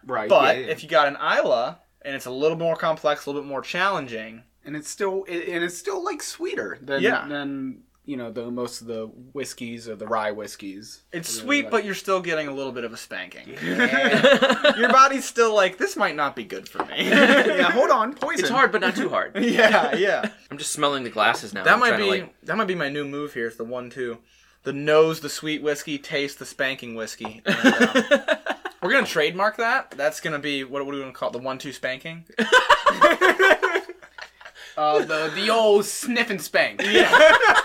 D: Right.
B: but
D: yeah, yeah.
B: if you got an Isla and it's a little more complex, a little bit more challenging,
D: and it's still it, and it's still like sweeter than
B: Yeah.
D: than you know the most of the whiskeys or the rye whiskeys.
B: it's
D: Really
B: sweet,
D: like-
B: but you're still getting a little bit of a spanking.
A: Yeah.
B: Your body's still like, this might not be good for me.
D: yeah, hold on, poison.
A: It's hard, but not too hard.
B: yeah, yeah.
A: I'm just smelling the glasses now.
B: That
A: I'm
B: might
A: trying
B: be
A: to, like-
B: that might be my new move here. It's the one two, the nose, the sweet whiskey, taste the spanking whiskey. And, um, we're gonna trademark that. That's gonna be what, what are we gonna call it? The one two spanking.
D: Uh, the the old sniff and spank.
B: the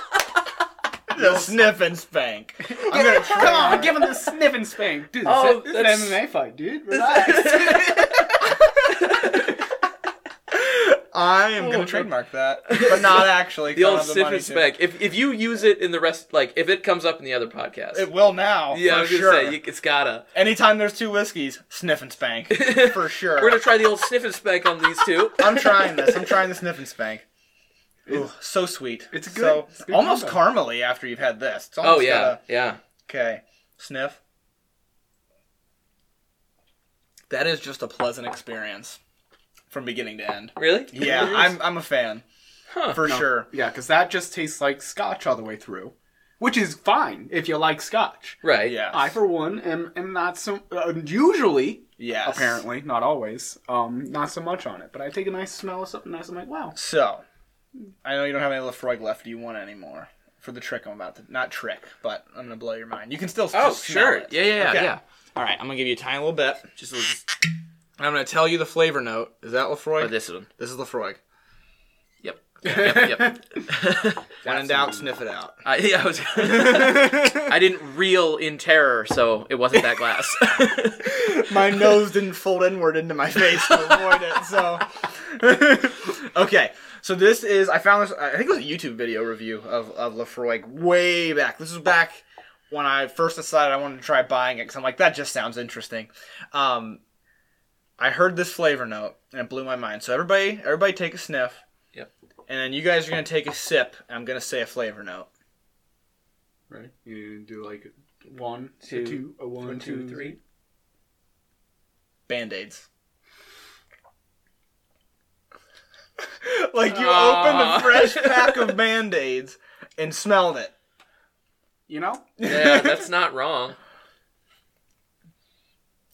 B: sniff and spank. I'm gonna
D: Come on,
B: trademark-
D: give him the sniff and spank, dude.
A: Oh,
D: this,
A: that's-
D: is an MMA fight, dude. Relax.
B: I am gonna trademark that, but not actually. 'cause
A: the
B: I
A: old
B: don't have
A: sip
B: money
A: and
B: to.
A: spec. If if you use it in the rest, like if it comes up in the other podcast,
B: It will now.
A: yeah,
B: for
A: I was gonna
B: sure.
A: say you- it's gotta.
B: Anytime there's two whiskeys, sniff and spank for sure.
A: We're gonna try the old sniff and spec on these two.
B: I'm trying this. I'm trying the sniff and spank. Ooh, so sweet.
D: it's good-
B: So,
D: it's good
B: almost
D: combo.
B: caramely after you've had this. It's almost
A: Oh yeah,
B: gotta-
A: yeah.
B: Okay. Sniff. That is just a pleasant experience from beginning to end.
A: Really?
B: Yeah, I'm I'm a fan.
A: Huh.
B: For sure.
D: yeah, because that just tastes like scotch all the way through, which is fine if you like scotch.
A: Right.
B: Yeah.
D: I, for one, am am not so uh, usually
B: Yes.
D: apparently not always um not so much on it, but I take a nice smell of something nice. I'm like, wow,
B: So, I know you don't have any Lefroy left. Do you want any more for the trick I'm about to? Not trick, but I'm gonna blow your mind. You can still.
A: Oh
B: just smell
A: sure.
B: it.
A: Yeah, yeah, yeah,
B: Okay.
A: yeah.
B: All right, I'm gonna give you a tiny little bit.
A: Just a little,
B: I'm gonna tell you the flavor note. Is that Lefroy?
A: or this one.
B: Oh, This is Lefroy.
A: Yep. Yep. Yep.
B: When in doubt, sniff it out.
A: I, yeah, I was. I didn't reel in terror, so it wasn't that glass.
B: my nose didn't fold inward into my face to avoid it. So, okay. So this is I found this. I think it was a YouTube video review of of Lefroy way back. This was back when I first decided I wanted to try buying it because I'm like that just sounds interesting. Um, I heard this flavor note and it blew my mind. So everybody, everybody, take a sniff.
A: Yep.
B: And then you guys are gonna take a sip. And I'm gonna say a flavor note.
D: Right. You do like one,
A: Two,
D: two, two a one, two, three.
B: Band aids. like you
D: Ah.
A: Aw.
B: opened a fresh pack of band aids and smelled it.
D: You know,
A: Yeah, that's not wrong.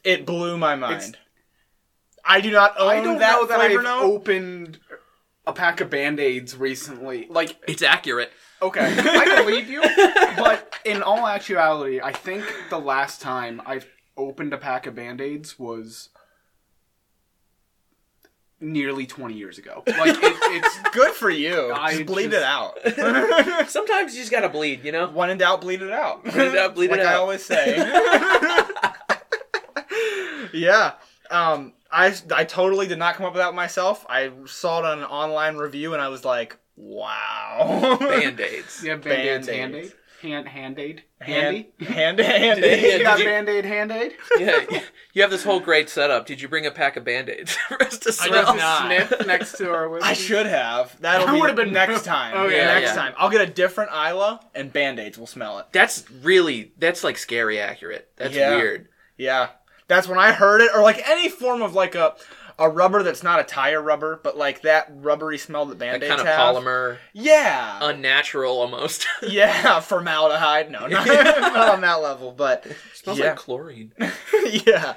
B: It blew my mind.
D: It's-
B: I do not own
D: I don't
B: that
D: know that
B: flavor
D: I've
B: note.
D: opened a pack of band aids recently. Like,
A: It's accurate.
D: okay, I believe you, but in all actuality, I think the last time I've opened a pack of band aids was nearly 20 years ago. Like, it, it's
B: Good for you.
D: I
B: just bleed
D: just-
B: it out.
A: Sometimes you just gotta bleed, you know.
B: when in doubt, bleed it out.
A: When in doubt, bleed it
B: like I
A: out.
B: always say. yeah. Um, I, I totally did not come up with that myself. I saw it on an online review and I was like, wow.
A: Band aids.
D: you have band aids,
B: Band-Aids.
D: hand aid. Hand hand aid.
B: Hand,
D: Handy.
B: hand, hand,
A: Yeah,
D: You
A: did
D: got
A: you-
D: band aid hand aid.
A: yeah, you have this whole great setup. Did you bring a pack of band-aids for us to
B: did
A: smell?
B: not.
D: Sniff next to our whiskey.
B: I should have. That'll
D: That
B: be
D: would've been-
B: next time.
D: Oh, yeah,
B: yeah, next
A: yeah.
B: time. I'll get a different Isla and band-aids will smell it.
A: That's really that's like scary accurate. That's
B: Yeah.
A: weird.
B: Yeah. That's when I heard it or like any form of like a a rubber that's not a tire rubber, but like that rubbery smell that
A: That
B: band-aids
A: kind of
B: have.
A: polymer,
B: Yeah.
A: unnatural almost.
B: yeah, formaldehyde. No, not, not on that level, but
A: smells
B: yeah.
A: like chlorine.
B: yeah.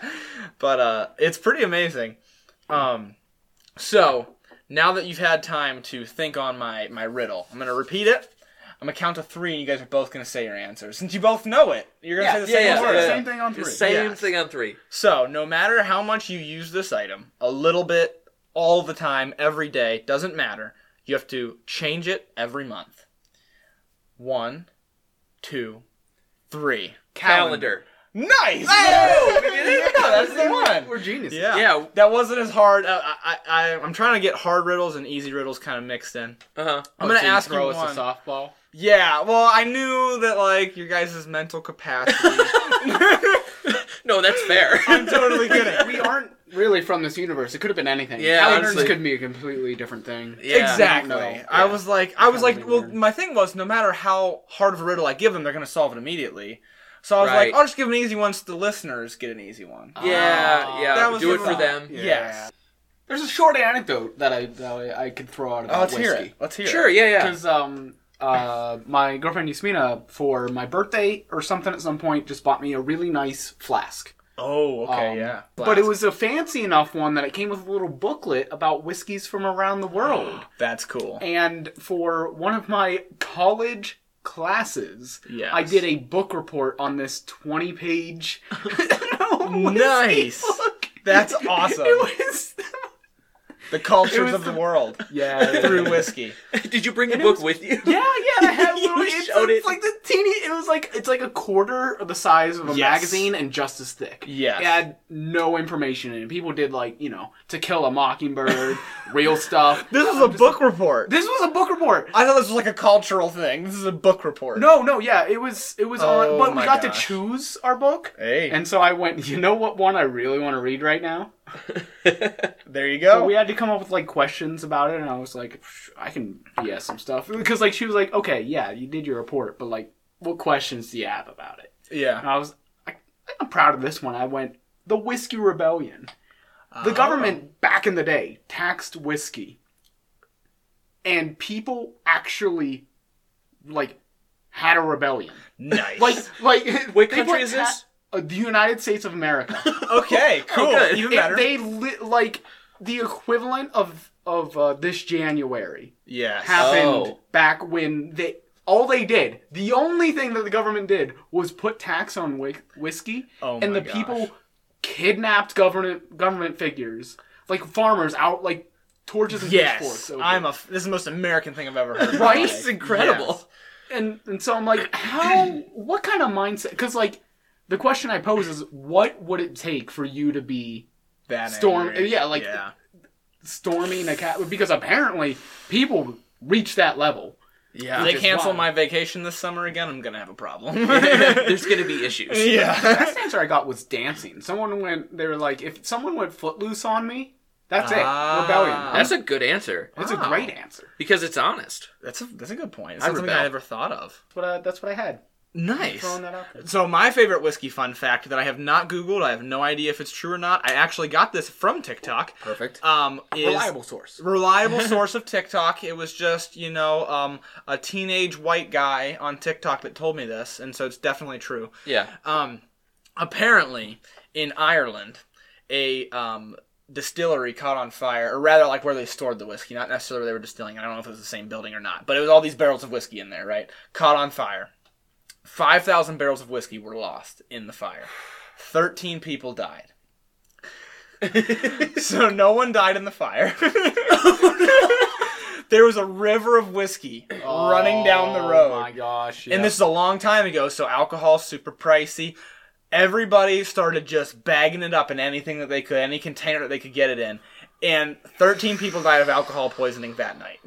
B: But uh it's pretty amazing. Um so now that you've had time to think on my my riddle, I'm gonna repeat it. I'm gonna count to three and you guys are both gonna say your answers. Since you both know it, you're gonna
D: Yeah,
B: say the
A: yeah,
B: same
A: yeah,
B: word.
A: yeah.
D: Same thing on three.
A: Same
B: Yeah.
A: thing on three.
B: So no matter how much you use this item, a little bit, all the time, every day, doesn't matter. You have to change it every month. One, two, three.
A: Calendar.
B: Nice! yeah, that's the one.
D: We're geniuses.
B: Yeah.
A: Yeah.
B: That wasn't as hard. Uh, I, I, I- I'm trying to get hard riddles and easy riddles kind of mixed in.
A: Uh huh.
B: I'm gonna
D: so you
B: ask you
D: throw
B: one.
D: us a softball.
B: Yeah, well, I knew that like your guys' mental capacity.
A: No, that's fair.
B: I'm totally kidding.
D: we aren't really from this universe. It could have been anything.
A: Yeah,
D: calendars
A: honestly.
D: could be a completely different thing.
A: Yeah.
B: Exactly.
D: I don't know.
B: I
D: Yeah.
B: was like, I was
D: Kinda
B: like, well,
D: weird.
B: my thing was, no matter how hard of a riddle I give them, they're gonna solve it immediately. So I was
A: Right.
B: like, I'll just give an easy one so the listeners get an easy one.
A: Yeah,
D: Ah,
A: yeah.
B: that was
A: do
B: the
A: it for
B: thought.
A: them.
D: Yeah.
B: Yes.
D: There's a short anecdote that I that I, I could throw out
B: Oh,
D: about
B: let's
D: whiskey.
B: hear it. Let's hear
A: Sure.
B: it.
A: Yeah. Yeah.
D: Because um, uh, my girlfriend Yasmina, for my birthday or something at some point, just bought me a really nice flask.
B: Oh, okay,
D: Um,
B: yeah.
D: But it was a fancy enough one that it came with a little booklet about whiskeys from around the world.
B: That's cool.
D: and for one of my college classes,
B: Yes.
D: I did a book report on this 20 page.
B: Nice. That's awesome.
D: It was.
B: The cultures
D: it was
B: of the
D: the-
B: world
D: Yeah.
B: through whiskey.
A: Did you bring the book with you?
D: Yeah, yeah, I had a
A: You
D: little. It's,
A: showed
D: it's
A: it.
D: like the teeny. It was like it's like a quarter of the size of a
B: Yes.
D: magazine and just as thick.
B: Yes.
D: it had no information in it. People did like you know, To Kill a Mockingbird, real stuff.
B: This
D: I'm
B: is a
D: just
B: book report.
D: Like, this was a book report.
B: I thought this was like a cultural thing. This is a book report.
D: No, no, yeah, it was it was
B: Oh
D: on, but
B: my
D: we got to
B: gosh.
D: choose our book,
B: Hey,
D: and so I went. You know what one I really want to read right now?
B: there you
D: So
B: go.
D: we had to come up with like questions about it, and I was like, "Psh, I can BS some stuff because like she was like, okay, yeah, you did your report, but like, what questions do you have about it?
B: yeah.
D: And I was, I, I'm proud of this one. I went the whiskey rebellion. The
A: Oh.
D: government back in the day taxed whiskey, and people actually like had a rebellion.
B: Oh, Nice.
D: Like, like,
A: What
D: they
A: country
D: put
A: is
D: ta-
A: this?
D: uh, the United States of America.
B: okay, cool.
A: good.
B: Even better.
D: If they li- like the equivalent of of uh, this January
B: yes.
D: happened
A: Oh.
D: back when they all they did the only thing that the government did was put tax on whi- whiskey
B: Oh
D: and
B: my
D: the
B: gosh.
D: people kidnapped government government figures like farmers out like torches and
B: Yes,
D: pitchforks over.
B: I'm a. f- This is the most American thing I've ever heard. in my
D: Right?
B: life.
A: It's incredible.
D: and and so I'm like, how? What kind of mindset? Because like, the question I pose is, what would it take for you to be
B: That
D: Storm-
B: angry.
D: yeah, like-
B: yeah.
D: storming a cat? Because apparently people reach that level.
A: Yeah.
B: they
D: just
B: cancel
D: wild.
B: my vacation this summer again. I'm gonna have a problem.
A: There's gonna be issues.
B: yeah.
D: Best answer I got was dancing. Someone went, they were like, if someone went footloose on me, that's it,
B: Ah.
D: rebellion.
A: That's a good answer
D: That's a great answer.
A: because it's honest.
B: That's a that's a good point. It's
A: I
B: not something
A: rebel.
B: I never thought of.
D: That's what I, that's what I had.
B: Nice.
D: Throwing that out there.
B: So my favorite whiskey fun fact that I have not Googled, I have no idea if it's true or not. I actually got this from TikTok.
A: Perfect.
B: Um, is
D: Reliable source.
B: reliable source of TikTok. It was just you know um, a teenage white guy on TikTok that told me this, and so it's definitely true.
A: Yeah.
B: Um, apparently, in Ireland, a um, distillery caught on fire, or rather, like where they stored the whiskey, not necessarily where they were distilling. it. I don't know if it was the same building or not, but it was all these barrels of whiskey in there, right? Caught on fire. 5,000 barrels of whiskey were lost in the fire. 13 people died. so no one died in the fire. there was a river of whiskey running down the road.
D: Oh my gosh.
B: And this is a long time ago, so alcohol's super pricey. Everybody started just bagging it up in anything that they could, any container that they could get it in. And 13 people died of alcohol poisoning that night.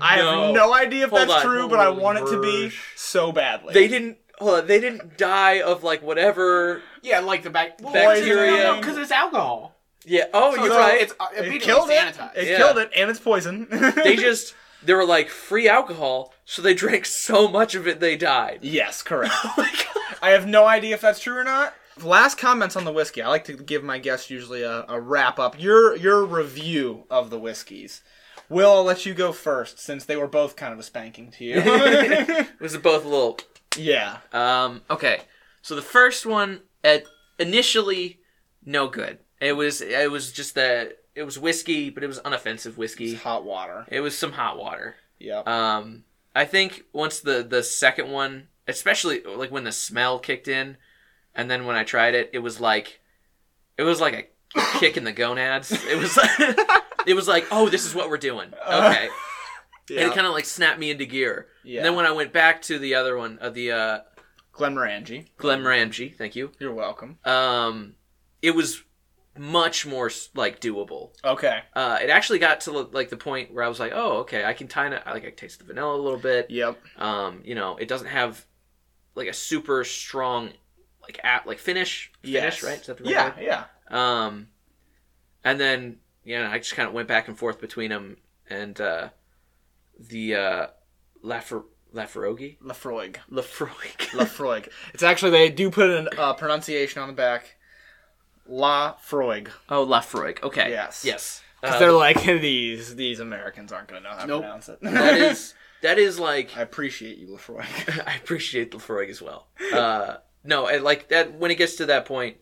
B: I
A: No.
B: have no idea if
A: Hold
B: that's
A: on.
B: true, but I
D: Holy
B: want it to be
D: mersh.
B: so badly.
A: They didn't. Hold on, they didn't die of like whatever.
D: Yeah, like the bac- well,
A: Bacteria.
D: No, because it's alcohol.
A: Yeah. Oh,
D: So
A: you're
D: it's,
A: right.
D: It's uh,
B: it
D: immediately
B: killed it.
D: sanitized.
B: It
A: Yeah.
B: killed it, and it's poison.
A: they just they were like free alcohol, so they drank so much of it they died.
B: yes, correct. I have no idea if that's true or not. Last comments on the whiskey. I like to give my guests usually a, a wrap up. Your your review of the whiskeys. Will, I'll let you go first since they were both kind of a spanking to you.
A: It was both a little.
B: yeah.
A: Um. Okay. So the first one at initially no good. It was it was just that it was whiskey, but it was unoffensive whiskey.
B: It's hot water.
A: It was some hot water.
B: Yep.
A: Um, I think once the the second one, especially like when the smell kicked in, and then when I tried it, it was like, it was like a kick in the gonads. It was like, it was like, oh, this is what we're doing. Okay, and it kind of like snapped me into gear.
B: Yeah.
A: And then when I went back to the other one, uh, the uh,
B: Glenmorangie.
A: Glen Ramsey, thank you.
B: You're welcome.
A: Um, it was much more like doable.
B: Okay.
A: Uh, it actually got to like the point where I was like, oh, okay, I can kind of like I taste the vanilla a little bit.
B: Yep.
A: um you know it doesn't have like a super strong like at like finish finish
B: Yes.
A: right is that the right
B: Yeah, yeah.
A: word? um and then you know i just kind of went back and forth between them and uh the uh Lafer- laferogi
B: Lafroig.
A: laferogi
B: Lafroig. It's actually they do put a uh, pronunciation on the back. La Freud.
A: oh laferoig okay
B: Yes.
A: yes
B: Because
A: Uh,
B: they're like these these Americans aren't gonna know how to
D: Nope.
B: pronounce it.
A: that is that is like
B: I appreciate you, Lefroy.
A: I appreciate Lefroy as well. Uh, no, and like that when it gets to that point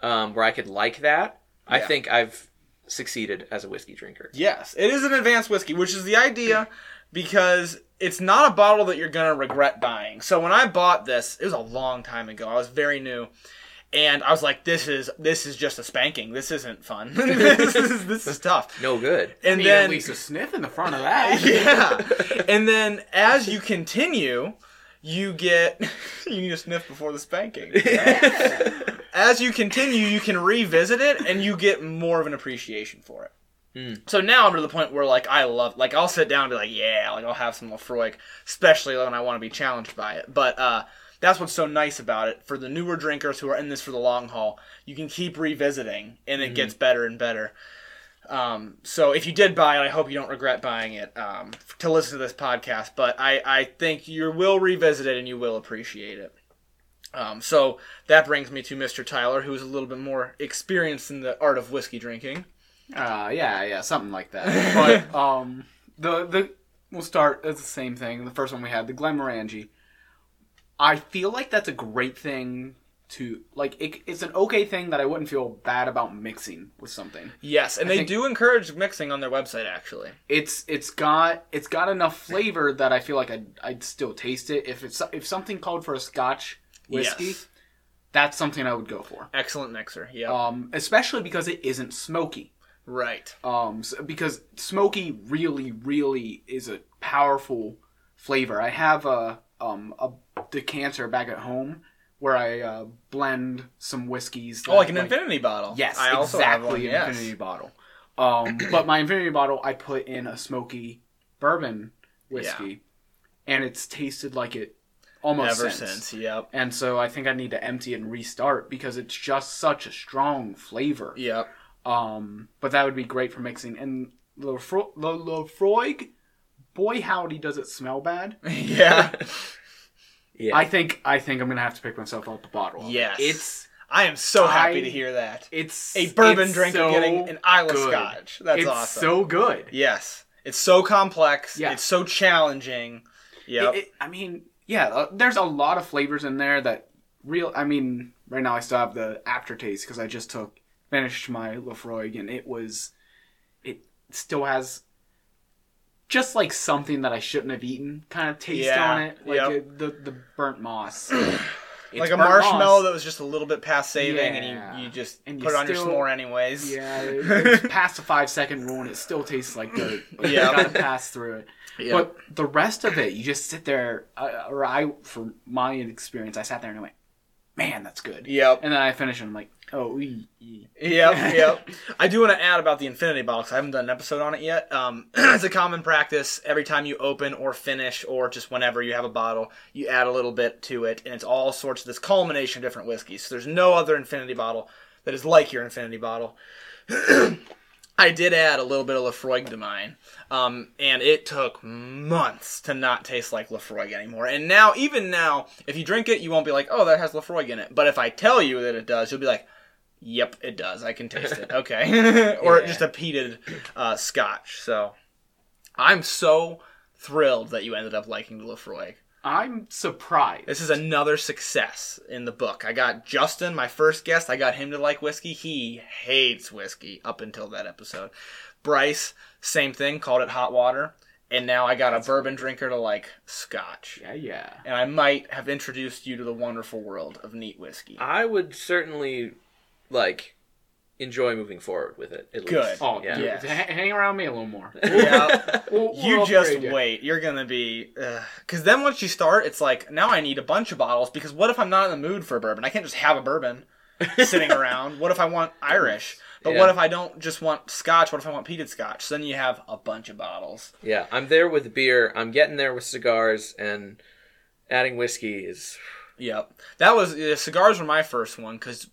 A: um, where I could like that, I
B: Yeah.
A: think I've succeeded as a whiskey drinker.
B: yes, it is an advanced whiskey, which is the idea, because it's not a bottle that you're gonna regret buying. So when I bought this, it was a long time ago. I was very new. And I was like, "This is this is just a spanking. This isn't fun. this is this is tough."
A: No good.
B: And
D: Need
B: then
D: at least a sniff in the front of that.
B: yeah. And then as you continue, you get you need a sniff before the spanking. as you continue, you can revisit it and you get more of an appreciation for it. So now I'm to the point where like I love like I'll sit down and be like, yeah, like I'll have some Lafroy, especially when I want to be challenged by it. But uh that's what's so nice about it for the newer drinkers who are in this for the long haul. You can keep revisiting and it gets better and better. Um, so if you did buy it, I hope you don't regret buying it um, f- to listen to this podcast. But I, I think you will revisit it and you will appreciate it. Um, so that brings me to Mr. Tyler, who is a little bit more experienced in the art of whiskey drinking.
D: Uh, yeah, yeah, something like that. But um, the the we'll start as the same thing. The first one we had the Glenmorangie. I feel like that's a great thing to like. It, it's an okay thing that I wouldn't feel bad about mixing with something.
B: Yes, and
D: I
B: they
D: think-
B: do encourage mixing on their website, actually.
D: It's it's got it's got enough flavor that I feel like I'd, I'd still taste it. If it's if something called for a Scotch whiskey,
B: Yes.
D: that's something I would go for.
B: Excellent mixer. Yeah.
D: Um, especially because it isn't smoky.
B: right.
D: um s because smoky really really is a powerful flavor i have a um a decanter back at home where i uh, blend some whiskeys
B: Oh, like an
D: that,
B: infinity bottle.
D: yes
B: I also
D: exactly
B: have one. Yes.
D: infinity bottle um but my infinity bottle i put in a smoky bourbon whiskey and it's tasted like it almost
B: Ever
D: since.
B: since. Yep.
D: and so i think i need to empty it and restart because it's just such a strong flavor
B: Yep.
D: um, but that would be great for mixing. And Lefro- Le- Lefroig, boy howdy, does it smell bad.
B: yeah.
A: Yeah.
D: I think I think I'm gonna have to pick myself up a bottle. of it.
B: Yes.
D: it's
B: I am so happy
D: I-
B: to hear that.
D: it's
B: a bourbon
D: it's
B: drinker
D: so
B: getting an Isla
D: good.
B: Scotch. That's
D: it's
B: awesome.
D: so good.
B: yes, it's so complex.
D: Yeah.
B: It's so challenging. Yep.
D: It- it- I mean, yeah, uh, there's a lot of flavors in there that real. I mean, right now I still have the aftertaste because I just took finished my Lefroy and it was, it still has, just like something that I shouldn't have eaten kind of taste
B: Yeah,
D: on it, like
B: yep.
D: it- the the burnt moss,
B: like a marshmallow that was just a little bit past saving, and
D: Yeah.
B: you, you just
D: And you
B: put it on your
D: still-
B: s'more anyways.
D: yeah, it, it's past the five second rule and it still tastes like dirt. Like,
B: Yeah.
D: you gotta pass through it.
B: Yep.
D: But the rest of it, you just sit there, uh, or I, for my experience, I sat there and I went, man, that's good.
B: Yep.
D: And then I finish and I'm like, oh, ee, ee.
B: Yep, yep. I do want to add about the infinity bottle 'cause I haven't done an episode on it yet. Um, it's a common practice every time you open or finish or just whenever you have a bottle, you add a little bit to it, and it's all sorts of this culmination of different whiskeys. So there's no other infinity bottle that is like your infinity bottle. I did add a little bit of Lefroy to mine, um, and it took months to not taste like Lefroy anymore. And now, even now, if you drink it, you won't be like, "Oh, that has Lefroy in it." But if I tell you that it does, you'll be like, Yep, it does. I can taste it. Okay. or
A: Yeah.
B: just a peated uh, scotch. So I'm so thrilled that you ended up liking the Lefroy.
D: I'm surprised.
B: This is another success in the book. I got Justin, my first guest, I got him to like whiskey. He hates whiskey up until that episode. Bryce, same thing, called it hot water. And now I got a bourbon drinker to like scotch.
D: yeah, yeah.
B: And I might have introduced you to the wonderful world of neat whiskey.
A: I would certainly like enjoy moving forward with it. At
B: Good.
A: Least.
D: Oh,
A: Yeah.
D: yeah. Dude,
B: Yes.
D: ha- hang around me a little more.
B: Yeah.
D: We'll-
B: You
D: we'll
B: just
D: upgrade ya.
B: wait. You're gonna be because then once you start, it's like now I need a bunch of bottles because what if I'm not in the mood for a bourbon? I can't just have a bourbon sitting around. What if I want Irish? But what
A: Yeah.
B: if I don't just want Scotch? What if I want peated Scotch? So then you have a bunch of bottles.
A: Yeah, I'm there with beer. I'm getting there with cigars, and adding whiskey is
B: Yep, that was uh, cigars were my first one because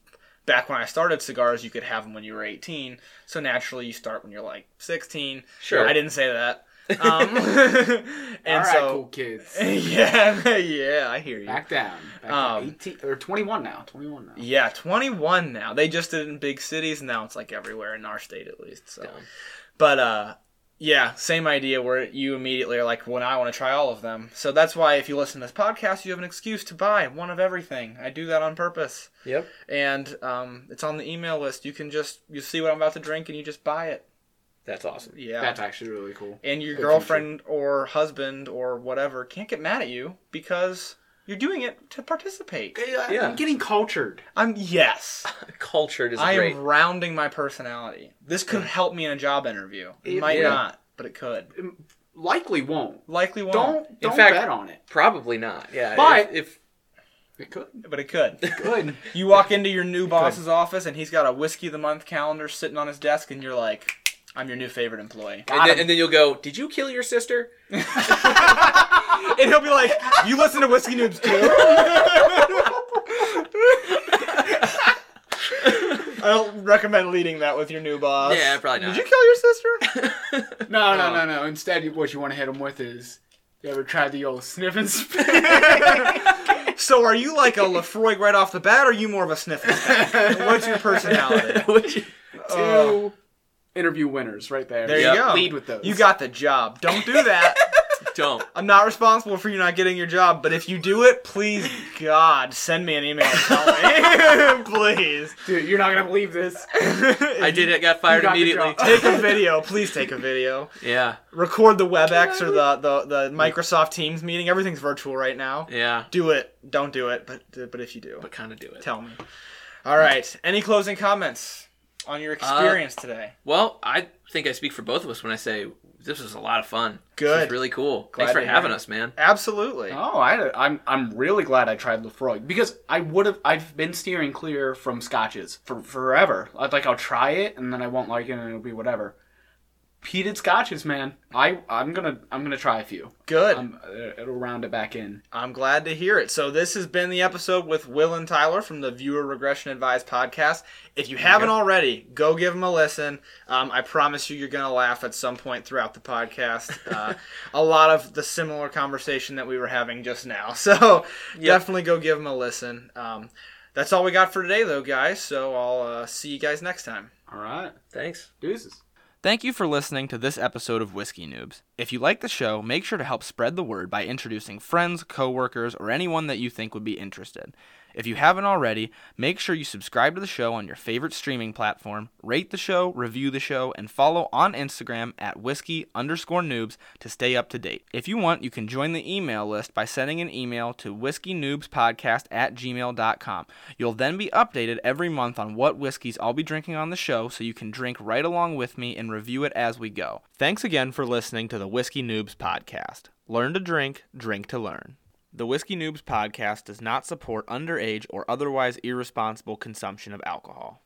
B: back when I started cigars, you could have them when you were 18. So naturally, you start when you're like 16.
A: Sure.
B: I didn't say that. Um,
D: All
B: and
D: right, cool
B: so
D: kids.
B: yeah, yeah, I hear you.
D: Back down. Back
B: Um,
D: to 18 or 21 now. 21 now.
B: Yeah, 21 now. They just did it in big cities. Now it's like everywhere in our state at least. So,
A: Dumb.
B: but uh, yeah, same idea where you immediately are like, "Well, now I want to try all of them." So that's why if you listen to this podcast, you have an excuse to buy one of everything. I do that on purpose,
A: yep.
B: and um, it's on the email list. You can just you see what I'm about to drink, and you just buy it.
A: That's awesome.
B: Yeah.
D: That's actually really cool.
B: and your
D: Good
B: girlfriend or husband or whatever can't get mad at you because you're doing it to participate.
A: Yeah.
D: I'm getting cultured.
B: I'm yes.
A: Cultured is
B: I
A: great.
B: am rounding my personality. This could help me in a job interview. It
D: It-
B: might
A: yeah.
B: not, but it could.
D: Likely won't.
B: Likely won't.
D: Don't don't
A: fact-
D: bet on it.
A: Probably not. Yeah.
D: But-
A: if,
D: It could.
B: But it could.
D: Good.
B: You walk into your new boss's office and he's got a whiskey of the month calendar sitting on his desk, and you're like, "I'm your new favorite employee,"
A: if and, then, and then you'll go, "Did you kill your sister?"
B: and he'll be like, "You listen to whiskey noobs too." I don't recommend leading that with your new boss.
A: Yeah, probably not.
B: Did you kill your sister?
D: No, no,
B: Um,
D: no, no. Instead, you- what you want to hit them with is, you ever tried the old sniff and spit?
B: so are you like a Lefroy right off the bat, or are you more of a sniffing? What's your personality?
A: Would you-
D: Two interview winners right there.
B: There
A: Yep.
B: you go.
D: Lead with those.
B: You got the job. Don't do that.
A: Don't.
B: I'm not responsible for you not getting your job, but if you do it, please, God, send me an email. and Tell me. please.
D: Dude, you're not gonna believe this.
A: I did it. Got fired
D: got the
A: immediately.
D: job.
B: Take a video. Please take a video.
A: yeah.
B: Record the WebEx or the, the, the Microsoft Teams meeting. Everything's virtual right now.
A: Yeah.
B: Do it. Don't do it, but, but if you do,
A: But kind of do it.
B: tell me. All right. Any closing comments on
A: Uh,
B: your experience today?
A: Well, I think I speak for both of us when I say this was a lot of fun. This was
B: Good.
A: really cool.
B: Glad
A: Thanks for
B: to hear
A: having
B: it.
A: us, man.
B: Absolutely.
D: Oh, I, I'm I'm really glad I tried Lefroy because I would have I've been steering clear from scotches for forever. I'd like I'll try it and then I won't like it and it'll be whatever. Peated scotches, man. I I'm gonna I'm gonna try a few.
B: Good.
D: Um, uh, it'll round it back in.
B: I'm glad to hear it. So this has been the episode with Will and Tyler from the Viewer Regression Advised podcast. If you haven't already, go give them a listen. Um, I promise you, you're going to laugh at some point throughout the podcast. Uh, a lot of the similar conversation that we were having just now. So definitely go give them a listen. Um, that's all we got for today, though, guys. So I'll uh, see you guys next time.
D: All right,
A: Thanks.
D: deuces.
B: Thank you for listening to this episode of Whiskey Noobs. If you like the show, make sure to help spread the word by introducing friends, coworkers, or anyone that you think would be interested. If you haven't already, make sure you subscribe to the show on your favorite streaming platform, rate the show, review the show, and follow on Instagram at whiskey underscore noobs to stay up to date. If you want, you can join the email list by sending an email to whiskeynoobspodcast at gmail.com. You'll then be updated every month on what whiskeys I'll be drinking on the show so you can drink right along with me and review it as we go. Thanks again for listening to the Whiskey Noobs Podcast. Learn to drink, drink to learn. The Whiskey Noobs podcast does not support underage or otherwise irresponsible consumption of alcohol.